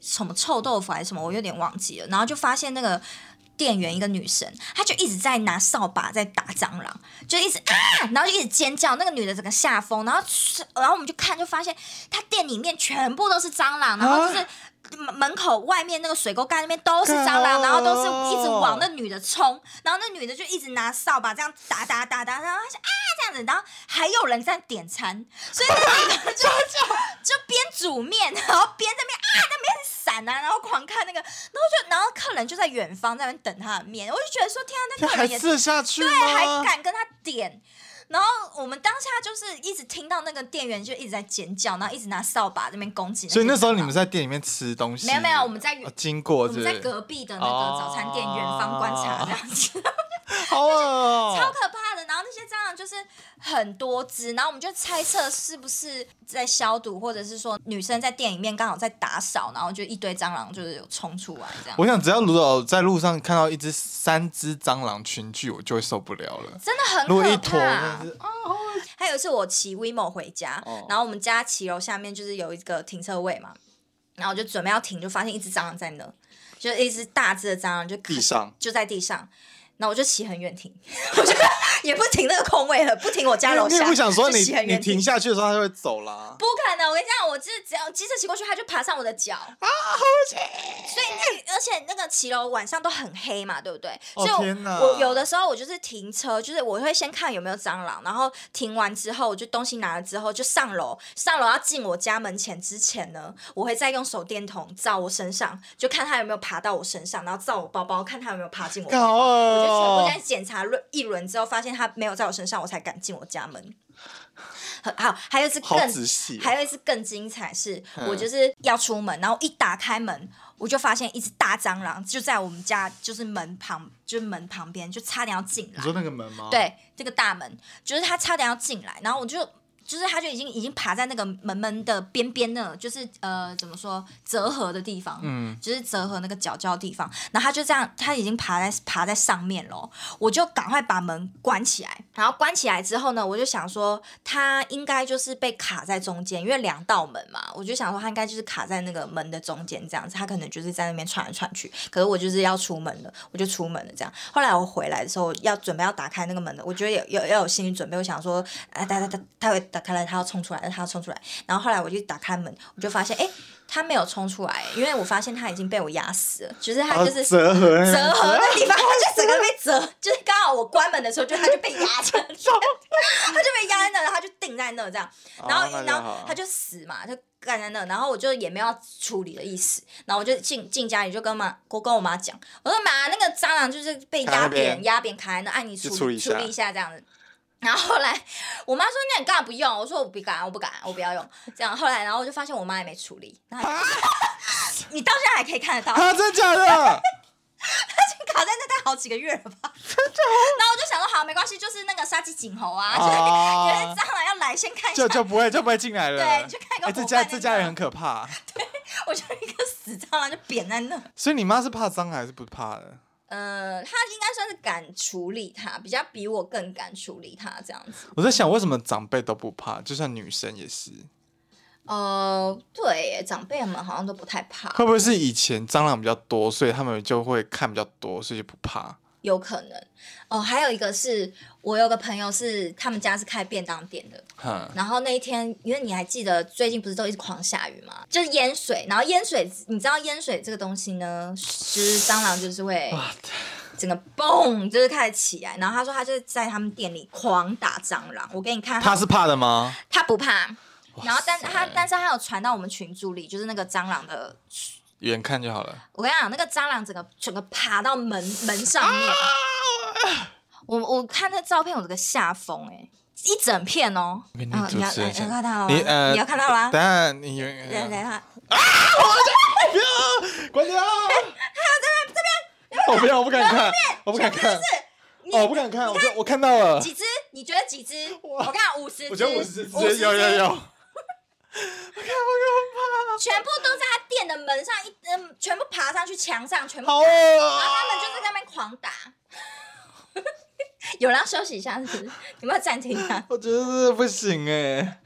Speaker 2: 什么臭豆腐还是什么，我有点忘记了。然后就发现那个店员一个女生，她就一直在拿扫把在打蟑螂，就一直啊，然后就一直尖叫。那个女的整个吓疯，然后然后我们就看就发现她店里面全部都是蟑螂，然后就是。门门口外面那个水沟盖那边都是蟑螂，
Speaker 1: 靠
Speaker 2: 然后都是一直往那女的冲，然后那女的就一直拿扫把这样打打打打，然后她就啊这样子，然后还有人在点餐，所以那女的就就边煮面，然后边在那边啊那边闪啊，然后狂看那个，然后就然后客人就在远方在那边等他的面，我就觉得说天啊，那
Speaker 1: 这
Speaker 2: 客
Speaker 1: 还
Speaker 2: 人也
Speaker 1: 吃得下去吗？
Speaker 2: 对，还敢跟他点。然后我们当下就是一直听到那个店员就一直在尖叫，然后一直拿扫把在那边攻击些
Speaker 1: 所
Speaker 2: 蟑螂。
Speaker 1: 以那时候你们在店里面吃东西？
Speaker 2: 没有没有，我们在
Speaker 1: 哦经过
Speaker 2: 我
Speaker 1: 是不哦
Speaker 2: 们
Speaker 1: 是
Speaker 2: 在隔壁的那个早餐店远方观察这样 子。
Speaker 1: 好恶哦、
Speaker 2: 超可怕的。然后那些蟑螂就是很多只，然后我们就猜测是不是在消毒，或者是说女生在店里面刚好在打扫，然后就一堆蟑螂就是有冲出来这样。
Speaker 1: 我想，只要如果在路上看到一只、三只蟑螂群聚，我就会受不了了。
Speaker 2: 真的很
Speaker 1: 如果一
Speaker 2: 可
Speaker 1: 坨，
Speaker 2: 怕
Speaker 1: 真。的是
Speaker 2: 还有一次我骑 WeMo 回家，
Speaker 3: 哦
Speaker 2: 然后我们家骑楼下面就是有一个停车位嘛，然后我就准备要停，就发现一只蟑螂在那，就一只大只的蟑螂就
Speaker 1: 地 上
Speaker 2: 就在地上，然后我就骑很远停， 我就也不停那个空位了，不停我家楼
Speaker 1: 你也
Speaker 2: 下，
Speaker 1: 不想说
Speaker 2: 就
Speaker 1: 你
Speaker 2: 骑很
Speaker 1: 你
Speaker 2: 远
Speaker 1: 停下去的时候，它就会走啦。
Speaker 2: 不可能！我跟你讲，我就是只要机车骑过去，它就爬上我的脚啊，好险！所以那而且那个骑楼晚上都很黑嘛，对不对？
Speaker 1: 哦
Speaker 2: 所以
Speaker 1: 天哪
Speaker 2: 我我有的时候我就是停车，就是我会先看有没有蟑螂，然后停完之后，我就东西拿了之后就上楼，上楼要进我家门前之前呢，我会再用手电筒照我身上，就看它有没有爬到我身上，然后照我包包，看它有没有爬进我包
Speaker 1: 干好
Speaker 2: 包。
Speaker 1: 恶
Speaker 2: 我就全部
Speaker 1: 哦、
Speaker 2: 先检查了一轮之后，发现它没有在我身上，我才敢进我家门。很好，还有一只
Speaker 1: 好
Speaker 2: 更
Speaker 1: 仔细哦、
Speaker 2: 还有一次更精彩是，
Speaker 1: 嗯
Speaker 2: 我就是要出门，然后一打开门，我就发现一只大蟑螂就在我们家就是门旁，就是门旁边，就差点要进
Speaker 1: 你
Speaker 2: 来。
Speaker 1: 说那个门吗？，
Speaker 2: 对，这个大门就是它差点要进来，然后我就。就是它就已经已经爬在那个门门的边边那，就是呃怎么说折合的地方，
Speaker 1: 嗯，
Speaker 2: 就是折合那个角角的地方，然后它就这样，它已经爬在爬在上面喽，我就赶快把门关起来，然后关起来之后呢，我就想说它应该就是被卡在中间，因为两道门嘛，我就想说它应该就是卡在那个门的中间这样子，它可能就是在那边窜来窜去，可是我就是要出门了，我就出门了这样。后来我回来的时候要准备要打开那个门的，我觉得有有要有心理准备，我想说，哎、它它它它会哒打开了，它要冲出来，它要冲出来。然后后来我就打开门，我就发现，哎，它没有冲出来，因为我发现它已经被我压死了，就是它就是
Speaker 1: 啊嗯折合那
Speaker 2: 折
Speaker 1: 样
Speaker 2: 合的地方，它就整个被折，就是刚好我关门的时候，就它就被压 着，它就被压在那，然后它就定在那这样，然后、
Speaker 1: 哦那就
Speaker 2: 然后
Speaker 1: 好
Speaker 2: 它就死嘛，就干在那，然后我就也没有要处理的意思，然后我就进进家里就跟妈，我跟我妈讲，我说妈，那个蟑螂就是被
Speaker 1: 卡在
Speaker 2: 压
Speaker 1: 那边
Speaker 2: 扁，压扁卡在那，按哎你处
Speaker 1: 就处理一下
Speaker 2: 处理一下这样子。然后后来， 我妈说：“那你干嘛不用？”我说：“我不敢，我不敢，我不要用。”这样后来，然后我就发现我妈也没处理。那 你到现在还可以看得到，
Speaker 1: 啊，真 假的？
Speaker 2: 卡在那待好几个月了吧？然后我就想说，好，没关系，就是那个杀鸡儆猴啊，就是有
Speaker 1: 啊
Speaker 2: 人，蟑螂要来，先看一下
Speaker 1: 就。就不会就不会进来了。
Speaker 2: 对，你去看一个
Speaker 1: 哎，
Speaker 2: 伙伴在
Speaker 1: 这
Speaker 2: 那。
Speaker 1: 家这家人很可怕，
Speaker 2: 我就一个死蟑螂就扁在那。
Speaker 1: 所以你妈是怕蟑螂还是不怕的？
Speaker 2: 呃，他应该算是敢处理它，比较比我更敢处理它这样子。
Speaker 1: 我在想为什么长辈都不怕，就算女生也是，
Speaker 2: 呃，对耶，长辈们好像都不太怕，
Speaker 1: 会不会是以前蟑螂比较多，所以他们就会看比较多，所以就不怕？
Speaker 2: 有可能。哦、还有一个是我有个朋友是他们家是开便当店的，
Speaker 1: 哼，
Speaker 2: 然后那一天，因为你还记得最近不是都一直狂下雨嘛，就是淹水，然后淹水，你知道淹水这个东西呢，就是蟑螂就是会
Speaker 1: 哇，
Speaker 2: 整个嘣，就是开始起来。然后他说他就是在他们店里狂打蟑螂，我给你看，
Speaker 1: 她是怕的吗？
Speaker 2: 他不怕。
Speaker 1: 哇
Speaker 2: 然后但
Speaker 1: 塞
Speaker 2: 他但是他有传到我们群组里，就是那个蟑螂的，
Speaker 1: 远看就好了。
Speaker 2: 我跟你讲，那个蟑螂整个整个爬到门门上面，
Speaker 1: 啊
Speaker 2: 我我看那照片，我这个吓疯哎，一整片哦。
Speaker 1: 我跟你
Speaker 2: 啊
Speaker 1: 主
Speaker 2: 你要
Speaker 1: 持人
Speaker 2: 你要
Speaker 1: 讲
Speaker 2: 看到
Speaker 1: 你
Speaker 2: 吗？
Speaker 1: 呃，
Speaker 2: 你要看到吗？
Speaker 1: 等下你远
Speaker 2: 来来来。
Speaker 1: 关 掉！哦还有这边这边，我不要，我不敢看，我不敢看，
Speaker 2: 你
Speaker 1: 哦，我不敢看，我就我看到了，
Speaker 2: 几只？你觉得几只？我看五十只，
Speaker 1: 我觉得我是
Speaker 2: 50只
Speaker 1: 有 有有，
Speaker 2: 全部都在他店的门上一，嗯，全部爬上去墙上，全部，
Speaker 1: 好
Speaker 2: 然后
Speaker 1: 饿
Speaker 2: 他们
Speaker 1: 啊！
Speaker 2: 就是在那边狂打。 有人要休息一下是不是？有没有暂停 啊？
Speaker 1: 我觉得这不行哎，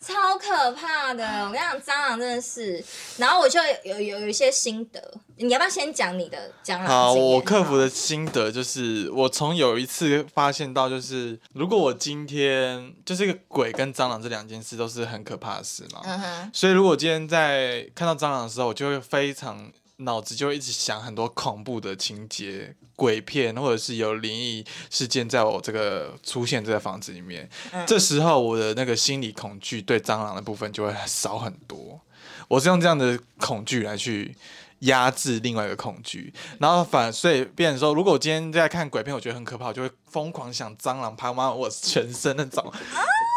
Speaker 2: 超可怕的！我跟你讲，蟑螂真的是。然后我就有有有一些心得，你要不要先讲你的蟑螂？
Speaker 1: 好，我克服。的心得就是，我从有一次发现到，就是如果我今天就是一个鬼跟蟑螂这两件事都是很可怕的事嘛，
Speaker 2: 嗯哼，
Speaker 1: 所以如果今天在看到蟑螂的时候，我就会非常脑子就会一直想很多恐怖的情节、鬼片，或者是有灵异事件在我这个出现这个房子里面。
Speaker 2: 嗯
Speaker 1: 这时候我的那个心理恐惧对蟑螂的部分就会少很多。我是用这样的恐惧来去。压制另外一个恐惧，然后反所以变成说，如果我今天在看鬼片，我觉得很可怕，我就会疯狂想蟑螂爬满我全身那种，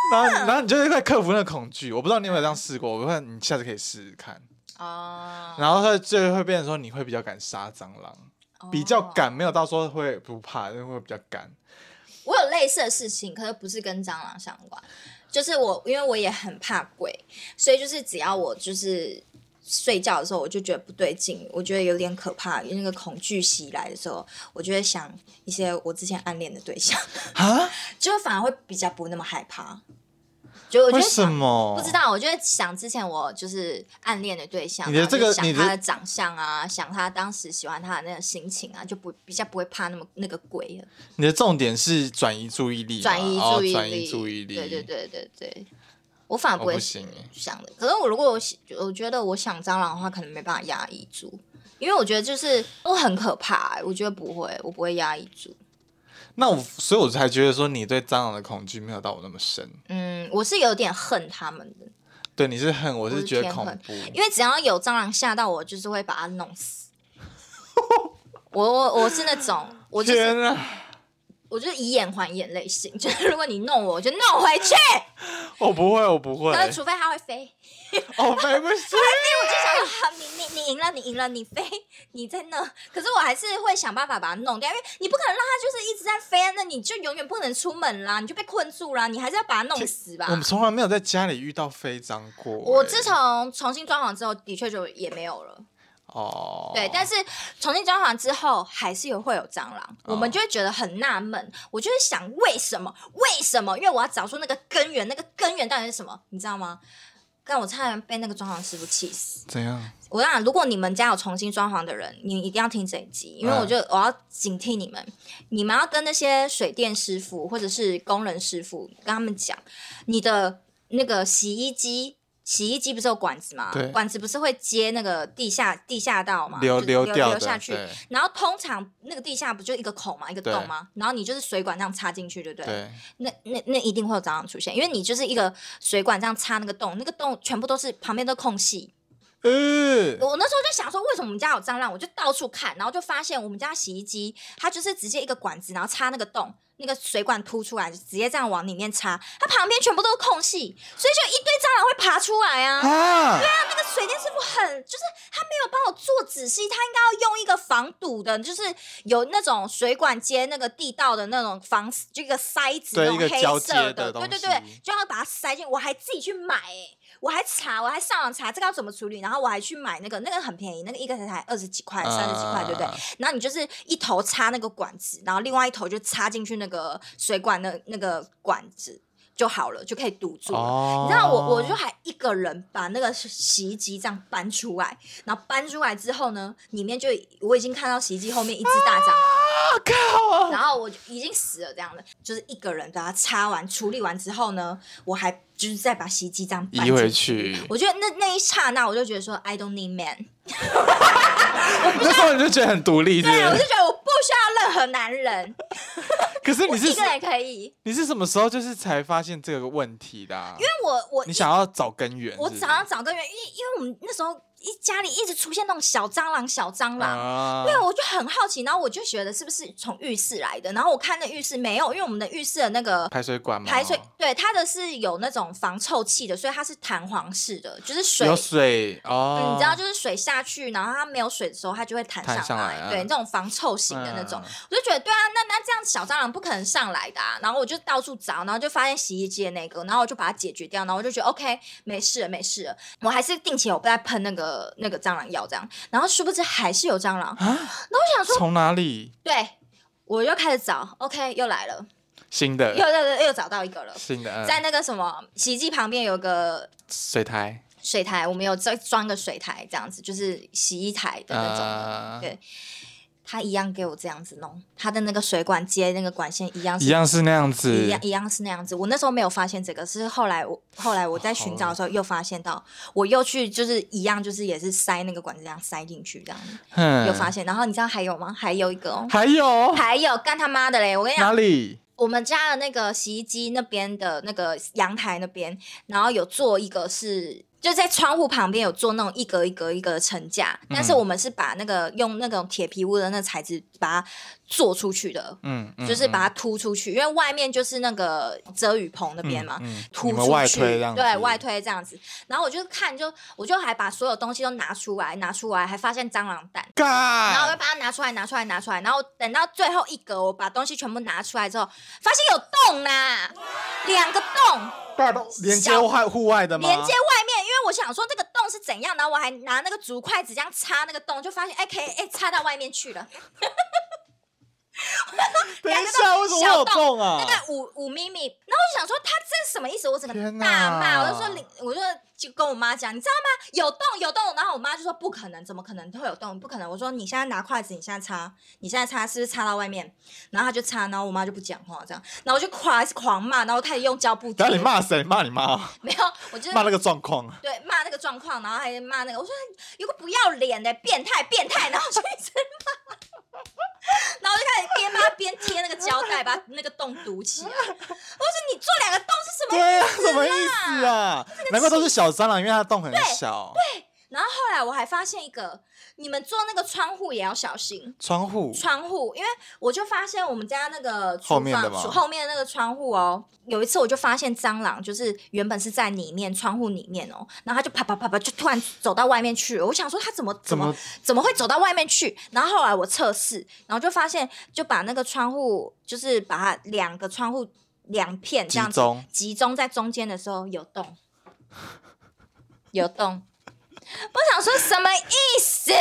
Speaker 1: 然后然后你就会克服那个恐惧。我不知道你有没有这样试过，我看你下次可以试试看。
Speaker 2: 哦，
Speaker 1: 然后它就会变成说你会比较敢杀蟑螂，比较
Speaker 2: 哦。
Speaker 1: 敢，没有到说会不怕，但会比较敢。
Speaker 2: 我有类似的事情，可是不是跟蟑螂相关，就是我因为我也很怕鬼，所以就是只要我就是睡觉的时候，我就觉得不对劲，我觉得有点可怕，那个恐惧袭来的时候，我就会想一些我之前暗恋的对象，
Speaker 1: 啊？
Speaker 2: 就反而会比较不那么害怕。就我觉
Speaker 1: 为
Speaker 2: 得
Speaker 1: 什么？
Speaker 2: 不知。道，我就会想之前我就是暗恋的对象，啊
Speaker 1: 你的
Speaker 2: 然后就
Speaker 1: 这个你
Speaker 2: 想
Speaker 1: 的
Speaker 2: 他的长相啊，想他当时喜欢他的那个心情啊，就不比较不会怕那么那个鬼了。
Speaker 1: 你的重点是转移注意力嘛，
Speaker 2: 转移
Speaker 1: 哦
Speaker 2: 注意力，
Speaker 1: 转移注意力。
Speaker 2: 对对。对对对，我反而不
Speaker 1: 我
Speaker 2: 会
Speaker 1: 不行欸
Speaker 2: 想的。可是我如果我喜我觉得我想蟑螂的话，可能没办法压抑住，因为我觉得就是我很可怕欸、我觉得不会，我不会压抑住。
Speaker 1: 那我所以我才觉得说你对蟑螂的恐惧没有到我那么深。
Speaker 2: 嗯，我是有点恨他们的，
Speaker 1: 对，你是恨，我
Speaker 2: 我
Speaker 1: 是
Speaker 2: 是
Speaker 1: 觉得
Speaker 2: 偏
Speaker 1: 恐
Speaker 2: 恨
Speaker 1: 怖。
Speaker 2: 因为只要有蟑螂吓到我，就是会把它弄死。我我我是那种，我就是
Speaker 1: 天啊！
Speaker 2: 我就是以眼还眼类型，就是如果你弄我，我就弄回去，
Speaker 1: 我不会，我不会。
Speaker 2: 但是除非它会飞。
Speaker 1: 哦，飞不行。
Speaker 2: 我就想说，啊你 你你赢了，你赢了，你飞，你在那，可是我还是会想办法把它弄掉，因为你不可能让它就是一直在飞啊，那你就永远不能出门啦，你就被困住啦，你还是要把它弄死吧
Speaker 1: 我。们从来没有在家里遇到飞蟑过欸。
Speaker 2: 我自从重新装潢之后，的确就也没有了。
Speaker 1: 哦，
Speaker 2: 对，但是重新装潢之后，还是有会有蟑螂，
Speaker 1: 哦
Speaker 2: 我们就会觉得很纳闷。我就会想，为什么？为什么？因为我要找出那个根源，那个根源到底是什么，你知道吗？但我差点被那个装潢师傅气死。
Speaker 1: 怎样？
Speaker 2: 我跟你讲，如果你们家有重新装潢的人，你一定要听这一集，因为
Speaker 1: 嗯
Speaker 2: 我就、我要警惕你们，你们要跟那些水电师傅或者是工人师傅跟他们讲，你的那个洗衣机。洗衣机不是有管子吗
Speaker 1: 对？
Speaker 2: 管子不是会接那个地下地下道吗？
Speaker 1: 流
Speaker 2: 啊就是
Speaker 1: 流掉
Speaker 2: 流
Speaker 1: 的
Speaker 2: 下去，
Speaker 1: 对
Speaker 2: 然后通常那个地下不就一个口嘛，一个
Speaker 1: 对
Speaker 2: 洞吗？然后你就是水管这样插进去，对不对？
Speaker 1: 对
Speaker 2: 那那那一定会有蟑螂出现，因为你就是一个水管这样插那个洞，那个洞全部都是旁边都空隙。
Speaker 1: 呃，
Speaker 2: 我那时候就想说，为什么我们家有蟑螂？我就到处看，然后就发现我们家洗衣机它就是直接一个管子，然后插那个洞，那个水管凸出来，就直接这样往里面插，它旁边全部都是空隙，所以就一堆蟑螂会爬出来啊。
Speaker 1: 啊，
Speaker 2: 那个水电师傅很，就是他没有帮我做仔细，他应该要用一个防堵的，就是有那种水管接那个地道的那种防，就一个塞子，
Speaker 1: 对
Speaker 2: 那种
Speaker 1: 一个
Speaker 2: 黑
Speaker 1: 交接
Speaker 2: 色
Speaker 1: 的东
Speaker 2: 对对
Speaker 1: 西
Speaker 2: 对，就要把它塞进。我还自己去买、欸，我还查，我还上网查这个要怎么处理，然后我还去买那个，那个很便宜，那个一个才才二十几块、三十几块，对不对？
Speaker 1: 啊
Speaker 2: 然后你就是一头插那个管子，然后另外一头就插进去那个水管的那个管子就好了，就可以堵住了。
Speaker 1: 哦
Speaker 2: 你知道我，我就还一个人把那个洗衣机这样搬出来，然后搬出来之后呢，里面就我已经看到洗衣机后面一只大蟑螂，啊、靠！然后我就已经死了这样的，就是一个人把它擦完处理完之后呢，我还就是再把洗衣机这样搬
Speaker 1: 移回
Speaker 2: 进
Speaker 1: 去。
Speaker 2: 我觉得那那一刹那，我就觉得说 I don't need man，
Speaker 1: 那时候你就觉得很独立，是不
Speaker 2: 对，我
Speaker 1: 是
Speaker 2: 就？觉得我不需要任何男人，
Speaker 1: 可是
Speaker 2: 我
Speaker 1: 你
Speaker 2: 一
Speaker 1: 是
Speaker 2: 个人可以。
Speaker 1: 你是什么时候就是才发现这个问题的啊？因为
Speaker 2: 因为我我
Speaker 1: 你想要找根源是不
Speaker 2: 我
Speaker 1: 是，
Speaker 2: 早上找个人，因为因为我们那时候一家里一直出现那种小蟑螂、小蟑螂，
Speaker 1: 啊
Speaker 2: 对，我就很好奇，然后我就觉得是不是从浴室来的，然后我看那浴室没有，因为我们的浴室的那个
Speaker 1: 排水管嘛，哦
Speaker 2: 排水，对它的是有那种防臭气的，所以它是弹簧式的，就是水
Speaker 1: 有。水
Speaker 2: 嗯
Speaker 1: 哦，
Speaker 2: 你知道，就是水下去，然后它没有水的时候，它就会弹
Speaker 1: 弹
Speaker 2: 上
Speaker 1: 上来
Speaker 2: 来。
Speaker 1: 啊
Speaker 2: 对，这种防臭型的那种，
Speaker 1: 嗯
Speaker 2: 我就觉得对啊，那那这样小蟑螂不可能上来的、啊。然后我就到处找，然后就发现洗衣机的那个，然后我就把它解决掉，然后我就觉得 OK，没事了，没事了。我还是定期有在喷那个那个蟑螂药这样，然后殊不知还是有蟑螂。然后我想说，
Speaker 1: 从哪里
Speaker 2: 对，我又开始找，OK，又来了，
Speaker 1: 新
Speaker 2: 又
Speaker 1: 的
Speaker 2: 又又又找到一个了，
Speaker 1: 新的
Speaker 2: 在
Speaker 1: 嗯
Speaker 2: 那个什么洗衣机旁边有个
Speaker 1: 水台
Speaker 2: 水台，我们有再装个水台，这样子就是洗衣台的那种的。
Speaker 1: 啊
Speaker 2: 对他一样给我这样子弄，他的那个水管接那个管线一样
Speaker 1: 一
Speaker 2: 是
Speaker 1: 样是那样
Speaker 2: 一
Speaker 1: 子
Speaker 2: 样一样是那样子。我那时候没有发现这个，是后来我后来我在寻找的时候又发现到，我又去就是一样就是也是塞那个管子这样塞进去这样子，
Speaker 1: 哼，
Speaker 2: 又发现。然后你知道还有吗？还有一个哦，
Speaker 1: 还 有
Speaker 2: 还有干他妈的嘞！我跟你讲
Speaker 1: 哪，里？
Speaker 2: 我们家的那个洗衣机那边的那个阳台那边，然后有做一个是。就在窗户旁边有做那种一格一格一格的层架，但
Speaker 1: 嗯
Speaker 2: 是我们是把那个用那种铁皮屋的那材质把它做出去的，
Speaker 1: 嗯，嗯
Speaker 2: 就是把
Speaker 1: 嗯
Speaker 2: 它凸出去，因为外面就是那个遮雨棚那边嘛，
Speaker 1: 嗯嗯你
Speaker 2: 凸出
Speaker 1: 们
Speaker 2: 去，
Speaker 1: 外推这样子
Speaker 2: 对外推这样子。然后我就看就，我就还把所有东西都拿出来，拿出来，还发现蟑螂蛋，然后我就
Speaker 1: 干
Speaker 2: 把它拿出来，拿出来，拿出来，然后等到最后一格，我把东西全部拿出来之后，发现有洞啦，两个洞
Speaker 1: 大到连接外户外的吗？
Speaker 2: 连接外面，因为我想说这个洞是怎样，然后我还拿那个竹筷子这样插那个洞，就发现哎可以哎插到外面去了，
Speaker 1: 等一下，为什
Speaker 2: 两个
Speaker 1: 么会有
Speaker 2: 小洞
Speaker 1: 洞啊
Speaker 2: 大？概五五米米，然后我就想说他这是什么意思？我整个
Speaker 1: 天哪
Speaker 2: 大骂，我就说你，我就就跟我妈讲，你知道吗？有洞有洞，然后我妈就说不可能，怎么可能会有洞？不可能！我说你现在拿筷子，你现在擦，你现在擦是不是擦到外面？然后她就擦，然后我妈就不讲话这样，然后我就狂狂骂，然后开始用胶布贴
Speaker 1: 等一下你骂谁？骂你妈哦，
Speaker 2: 没有，我就是
Speaker 1: 骂那个状况。啊
Speaker 2: 对骂那个状况，然后还骂那个，我说有个不要脸的变态变态，然后就一直骂，然后我就开始边骂边贴那个胶带，把那个洞堵起来。啊我说你做两个洞是什么？
Speaker 1: 对啊，什么意思啊？难怪都是小蟑螂，因为它的洞很小。
Speaker 2: 然后后来我还发现一个，你们做那个窗户也要小心。
Speaker 1: 窗户
Speaker 2: 窗户，因为我就发现我们家那个厨
Speaker 1: 后面的
Speaker 2: 房
Speaker 1: 吗
Speaker 2: 厨后面那个窗户哦，有一次我就发现蟑螂，就是原本是在里面窗户里面哦，然后它就啪啪啪啪就突然走到外面去了。我想说它怎么
Speaker 1: 怎
Speaker 2: 怎
Speaker 1: 么
Speaker 2: 么怎么会走到外面去？然后后来我测试，然后就发现就把那个窗户，就是把它两个窗户两片这
Speaker 1: 集
Speaker 2: 样子
Speaker 1: 中？
Speaker 2: 集中在中间的时候有 洞，有洞。我想说什么意思？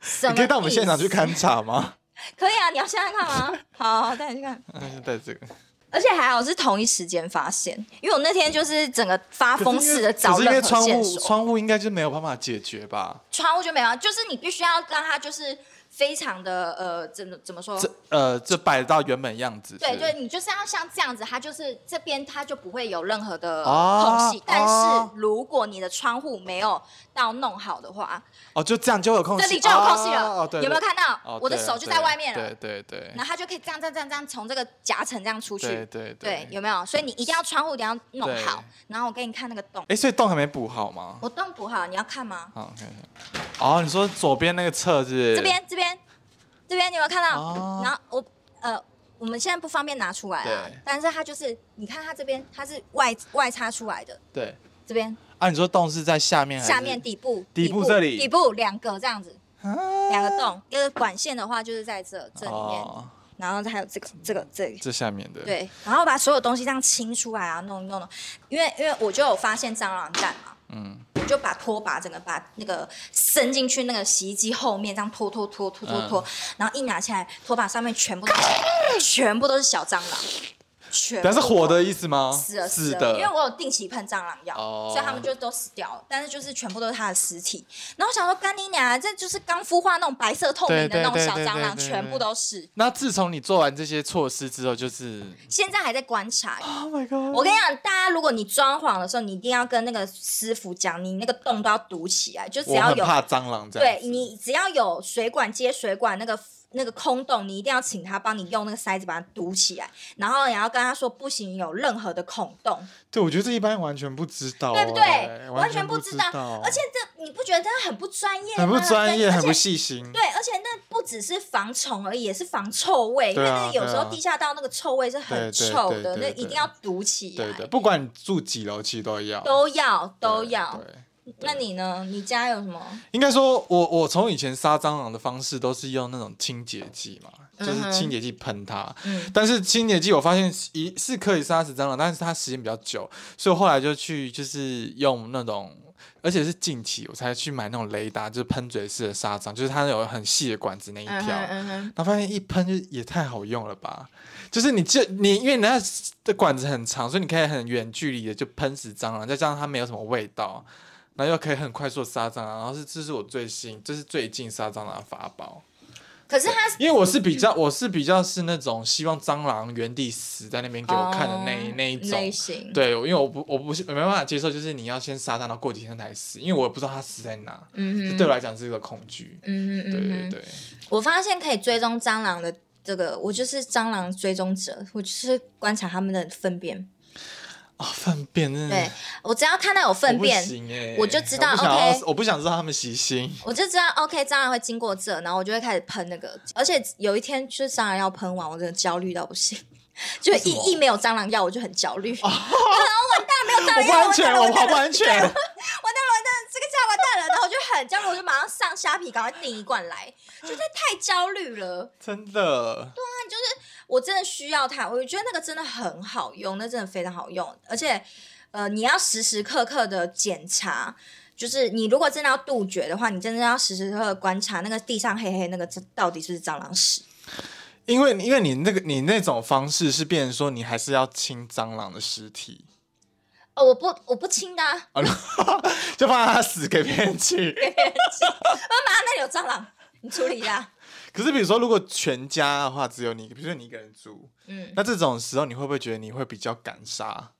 Speaker 2: 什 么
Speaker 1: 你可以到我们现场去
Speaker 2: 意思？
Speaker 1: 勘察吗？
Speaker 2: 可以啊，你要现在看吗？好，好带你去看。
Speaker 1: 那就带这个。
Speaker 2: 而而且还好是同一时间发现，因为我那天就是整个发疯似的找
Speaker 1: 可是因为
Speaker 2: 任
Speaker 1: 窗
Speaker 2: 何线
Speaker 1: 户
Speaker 2: 索，
Speaker 1: 窗户应该就没有办法解决吧？
Speaker 2: 窗户就没有，就是你必须要让它就是非常的呃，怎么怎么说？
Speaker 1: 这呃，这摆到原本样子。
Speaker 2: 对
Speaker 1: 是
Speaker 2: 对，你就是要像这样子，它就是这边它就不会有任何的
Speaker 1: 啊
Speaker 2: 空隙。但
Speaker 1: 啊
Speaker 2: 是如果你的窗户没有到弄好的话，
Speaker 1: 哦，就这样就有空隙，
Speaker 2: 这里就有空隙
Speaker 1: 哦
Speaker 2: 了
Speaker 1: 哦、对，，
Speaker 2: 有没有看
Speaker 1: 哦
Speaker 2: 到？我的
Speaker 1: 对
Speaker 2: 手就
Speaker 1: 对
Speaker 2: 在外面了
Speaker 1: 对，对对
Speaker 2: 然后它就可以这样这样这样这样从这个夹层这样出去。
Speaker 1: 对对
Speaker 2: 对，有没有？所以你一定要窗户一定要弄
Speaker 1: 对
Speaker 2: 好，然后我给你看那个洞，
Speaker 1: 哎，所以洞还没补好吗？
Speaker 2: 我洞补好，你要看吗？
Speaker 1: 好，看一下。哦，你说左边那个侧是不是？
Speaker 2: 这边这边这边，你有没有看到？
Speaker 1: 哦
Speaker 2: 然后我呃，我们现在不方便拿出来啊
Speaker 1: 对，
Speaker 2: 但是它就是你看它这边，它是外外插出来的，
Speaker 1: 对。
Speaker 2: 这边
Speaker 1: 啊，你说洞是在下哎面还是？
Speaker 2: 下面底部
Speaker 1: 底部这里
Speaker 2: 底部两个这样子。
Speaker 1: 啊
Speaker 2: 两个洞，一个管线的话就是在这这里面，
Speaker 1: 哦，
Speaker 2: 然后还有这个这个这里，
Speaker 1: 这下面的。。
Speaker 2: 对，然后把所有东西这样清出来啊，弄一弄弄，因为因为我就有发现蟑螂蛋嘛，
Speaker 1: 嗯，
Speaker 2: 我就把拖把整个把那个伸进去那个洗衣机后面，这样拖拖拖
Speaker 1: 嗯
Speaker 2: 拖拖拖，然后一拿起来，拖把上面全部都是全部都是小蟑螂，全部
Speaker 1: 但是火的意思吗？
Speaker 2: 死了
Speaker 1: 死
Speaker 2: 死
Speaker 1: 的
Speaker 2: 了，因为我有定期喷蟑螂药，
Speaker 1: 哦
Speaker 2: 所以他们就都死掉了，但是就是全部都是它的尸体。然后我想说干你娘，这就是刚孵化那种白色透明
Speaker 1: 对对
Speaker 2: 的那种
Speaker 1: 对
Speaker 2: 小
Speaker 1: 对
Speaker 2: 蟑
Speaker 1: 对
Speaker 2: 螂，
Speaker 1: 对对
Speaker 2: 全部都是。
Speaker 1: 那自从你做完这些措施之后，就是
Speaker 2: 现在还在观察。
Speaker 1: Oh my god！
Speaker 2: 哦我跟你讲，大家如果你装潢的时候，你一定要跟那个师傅讲，你那个洞都要堵起来，就只
Speaker 1: 我
Speaker 2: 要
Speaker 1: 很
Speaker 2: 有
Speaker 1: 怕蟑螂这样
Speaker 2: 对
Speaker 1: 子。
Speaker 2: 你只要有水管接水管那个那个空洞，你一定要请他帮你用那个塞子把它堵起来，然后你要跟他说不行，有任何的孔洞，
Speaker 1: 对，我觉得这一般人完全不知道
Speaker 2: 对
Speaker 1: 哎，
Speaker 2: 不对？
Speaker 1: 完
Speaker 2: 全
Speaker 1: 不
Speaker 2: 知道，而且这你不觉得这很不专业吗？
Speaker 1: 很不专业，
Speaker 2: 对
Speaker 1: 很不
Speaker 2: 而且
Speaker 1: 细心。
Speaker 2: 对，而且那不只是防虫而已，也是防臭味，因
Speaker 1: 对
Speaker 2: 为
Speaker 1: 啊
Speaker 2: 那个有时候
Speaker 1: 对啊
Speaker 2: 地下道那个臭味是
Speaker 1: 对
Speaker 2: 很
Speaker 1: 对
Speaker 2: 臭
Speaker 1: 对
Speaker 2: 的，
Speaker 1: 对
Speaker 2: 那
Speaker 1: 对
Speaker 2: 一定要堵起来
Speaker 1: 对，对，不管你住几楼，其实都要
Speaker 2: 都要
Speaker 1: 对
Speaker 2: 都要。
Speaker 1: 对，
Speaker 2: 那你呢？你家有什么？
Speaker 1: 应该说我我从以前杀蟑螂的方式都是用那种清洁剂嘛，就
Speaker 2: 嗯
Speaker 1: 是
Speaker 2: 哼
Speaker 1: 清洁剂喷它。
Speaker 2: 嗯，
Speaker 1: 但是清洁剂我发现是一是可以杀死蟑螂，但是它时间比较久，所以我后来就去就是用那种。而且是近期我才去买那种雷达，就是喷嘴式的杀蟑，就是它有很细的管子那一条，
Speaker 2: 嗯哼，
Speaker 1: 然后发现一喷就也太好用了吧！就是你这你因为你那的管子很长，所以你可以很远距离的就喷死蟑螂，再加上它没有什么味道，然后又可以很快速地杀蟑螂。然后是这是我最新，这是最近杀蟑螂的法宝。
Speaker 2: 可是它
Speaker 1: 因为我是比较我是比较是那种希望蟑螂原地死在那边给我看的那一、
Speaker 2: 哦
Speaker 1: 那一
Speaker 2: 类
Speaker 1: 种。
Speaker 2: 型，
Speaker 1: 对，因为我不我不是我没办法接受，就是你要先杀它，然后过几天才死，因为我也不知道它死在哪，
Speaker 2: 嗯
Speaker 1: 这
Speaker 2: 哼，
Speaker 1: 对我来讲是一个恐惧。
Speaker 2: 嗯哼嗯
Speaker 1: 对
Speaker 2: 哼
Speaker 1: 对对，
Speaker 2: 我发现可以追踪蟑螂的这个，我就是蟑螂追踪者，我就是观察它们的粪便。
Speaker 1: 啊、粪便真的
Speaker 2: 对我只要看到有粪
Speaker 1: 嗯我不
Speaker 2: 便，
Speaker 1: 行欸
Speaker 2: 我就知道
Speaker 1: 我不想要
Speaker 2: OK
Speaker 1: 我不想知道他们习性。
Speaker 2: 我就知道 OK 蟑螂会经过这，然后我就会开始喷那个。而且有一天就是蟑螂药喷完，我真的焦虑到不行。就
Speaker 1: 为什
Speaker 2: 一
Speaker 1: 么
Speaker 2: 一没有蟑螂药，我就很焦 虑。完蛋了，
Speaker 1: 我不安全，我好不安全。
Speaker 2: 完蛋了，这个家完蛋了。然后我就很焦虑，我就马上上虾皮，赶快订一罐来。就是太焦虑了，
Speaker 1: 真的，
Speaker 2: 我真的需要它。我觉得那个真的很好用，那真的非常好用，而且呃，你要时时刻刻的检查。就是你如果真的要杜绝的话，你真的要时时刻刻观察那个地上黑黑那个，这到底是不是蟑螂屎？
Speaker 1: 因为因为你那个你那种方式是变成说你还是要清蟑螂的尸体，
Speaker 2: 哦，我不，我不清的、啊，
Speaker 1: 就怕它死给别人 吃。
Speaker 2: 妈，那里有蟑螂，你处理一下。
Speaker 1: 可是比如说，如果全家的话，只有你，比如说你一个人住，
Speaker 2: 嗯，
Speaker 1: 那这种时候你会不会觉得你会比较敢杀？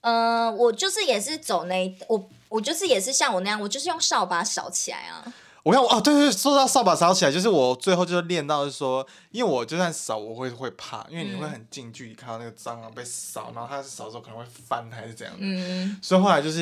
Speaker 2: 呃，我就是也是走那一，我我就是也是像我那样，我就是用扫把扫起来啊。
Speaker 1: 我看我哦，对对，对说到扫把扫起来，就是我最后就是练到是说，因为我就算扫，我会会怕，因为你
Speaker 2: 嗯
Speaker 1: 会很近距离看到那个蟑螂被扫，然后它扫的时候可能会翻还是怎样的，
Speaker 2: 嗯，
Speaker 1: 所以后来就是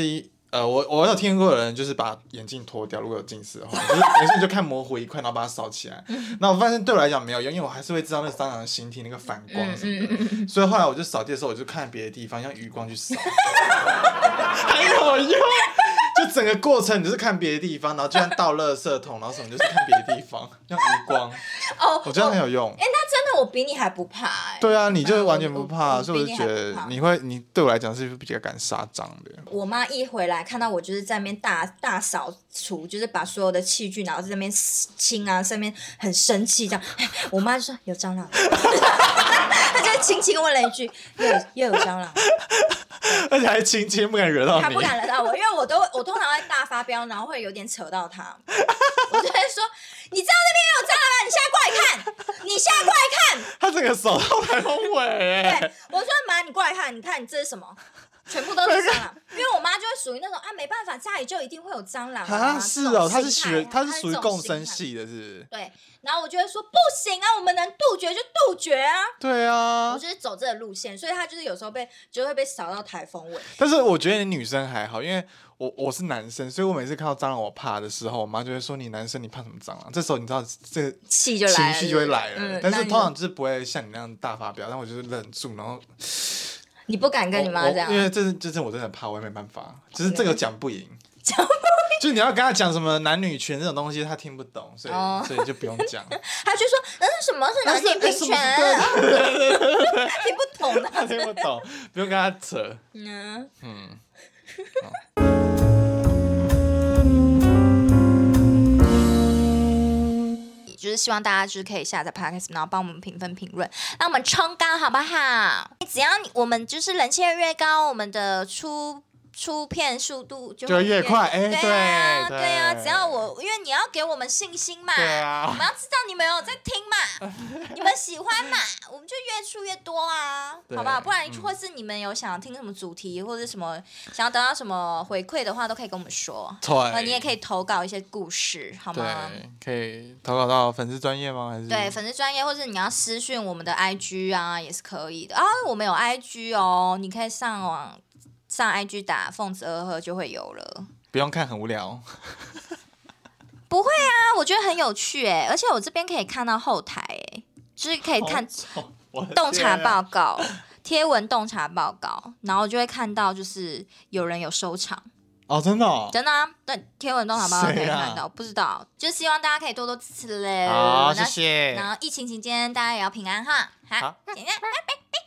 Speaker 1: 呃，我我有听过有人就是把眼镜脱掉，如果有近视的话，就是没事你就看模糊一块，然后把它扫起 来。那我发现对我来讲没有用，因为我还是会知道那个蟑螂的形体、那个反光什么的。 所以后来我就扫地的时候，我就看别的地方，用余光去扫， 还有用。 就整个过程，你就是看别的地方，然后就算倒垃圾桶，然后什么，就是看别的地方，用余光，
Speaker 2: 哦，
Speaker 1: 我觉得很
Speaker 2: 哦
Speaker 1: 有用。
Speaker 2: 真的，我比你还不怕哎、
Speaker 1: 对啊，你就完全不
Speaker 2: 我
Speaker 1: 怕，
Speaker 2: 我
Speaker 1: 所以我就
Speaker 2: 比你
Speaker 1: 觉
Speaker 2: 还不
Speaker 1: 得
Speaker 2: 怕
Speaker 1: 你会，你对我来讲是比较敢杀蟑的。
Speaker 2: 我妈一回来看到我就是在那边大大扫除，就是把所有的器具，然后在那边 清啊，上面很生气这样。我妈就说有蟑螂，她就就轻轻问了一句：“又有又有蟑螂。”
Speaker 1: 而且还轻轻不敢惹到
Speaker 2: 他
Speaker 1: 你
Speaker 2: 不，敢惹到我，因为我都我通常会大发飙，然后会有点扯到他。 我就会说，你知道那边有蟑螂吗？你现在过来看，你现在
Speaker 1: 他整个手到台风尾、
Speaker 2: 过来看。对
Speaker 1: 欸，，
Speaker 2: 我说妈，你过来看，你看你这是什 么？全部都是蟑螂，因为我妈就会属于那种啊，没办法，家里就一定会有蟑螂
Speaker 1: 啊是哦，他是学他
Speaker 2: 啊是
Speaker 1: 是属于共生
Speaker 2: 系。
Speaker 1: 系的，是不是？
Speaker 2: 对，然后我就会说不行啊，我们能杜绝就杜绝啊。
Speaker 1: 对啊
Speaker 2: 我，就是走这个路线，所以他就是有时候被就会被扫到台风尾。
Speaker 1: 但是我觉得你女生还好，因为我我是男生，所以我每次看到蟑螂我怕的时候，我妈就会说你男生你怕什么蟑螂？这时候你知道这个
Speaker 2: 气就来
Speaker 1: 情
Speaker 2: 了，
Speaker 1: 绪就会来
Speaker 2: 对不对
Speaker 1: 了
Speaker 2: 嗯，
Speaker 1: 但
Speaker 2: 那
Speaker 1: 是
Speaker 2: 你
Speaker 1: 通
Speaker 2: 就
Speaker 1: 常就是不会像你那样大发表，但我就是忍住，然后
Speaker 2: 你不敢跟你妈
Speaker 1: 我
Speaker 2: 这样
Speaker 1: 我因，为这是这是我真的怕，我也没办法，就是这个讲不赢，
Speaker 2: 讲
Speaker 1: 不赢，就你要跟他讲什么男女权这种东西，他听不懂，所以、
Speaker 2: 哦
Speaker 1: 所以就不用 讲。
Speaker 2: 他就说嗯什么是男
Speaker 1: 但是哎
Speaker 2: 女平
Speaker 1: 什
Speaker 2: 权，啊
Speaker 1: 么是
Speaker 2: 他听不懂
Speaker 1: 他
Speaker 2: 的。
Speaker 1: 听不懂，不用跟他 扯。
Speaker 2: 嗯，
Speaker 1: 嗯，
Speaker 2: 就是希望大家就是可以下载 podcast，然后帮我们评分评论，让我们冲高好不好？只要你我们就是人气越高，我们的出出片速度就
Speaker 1: 就
Speaker 2: 会
Speaker 1: 越快，哎、
Speaker 2: 对啊，
Speaker 1: 对
Speaker 2: 对啊，只要我，因为你要给我们信心嘛，
Speaker 1: 对
Speaker 2: 我
Speaker 1: 啊，
Speaker 2: 们要知道你们有在听嘛， 你们喜欢嘛，我们就越出越多啊，
Speaker 1: 对
Speaker 2: 好不好？不然
Speaker 1: 嗯
Speaker 2: 或是你们有想听什么主题，或者什么想要得到什么回馈的话，都可以跟我们说。呃，
Speaker 1: 对，
Speaker 2: 你也可以投稿一些故事，好吗？
Speaker 1: 对，可以投稿到粉丝专业吗？还是
Speaker 2: 对，粉丝专业，或者你要私讯我们的 IG 啊，也是可以的啊。我们有 IG 哦，你可以上网上 IG 打“凤子二鹤”就会有了。
Speaker 1: 不用看，很无聊。
Speaker 2: 啊，我觉得很有趣哎、而且我这边可以看到后台哎、就是可以
Speaker 1: 好
Speaker 2: 看
Speaker 1: 丑，我的
Speaker 2: 洞察
Speaker 1: 天啊
Speaker 2: 报告、贴文洞察报告，然后就会看到就是有人有收藏，
Speaker 1: 哦，真的、哦。
Speaker 2: 真的啊，对，贴文洞察报告可以
Speaker 1: 谁啊
Speaker 2: 看到，不知道，就希望大家可以多多支持嘞。
Speaker 1: 好，
Speaker 2: 那
Speaker 1: 谢谢。
Speaker 2: 然后疫情期间大家也要平安哈，
Speaker 1: 好
Speaker 2: 好，再见拜拜拜。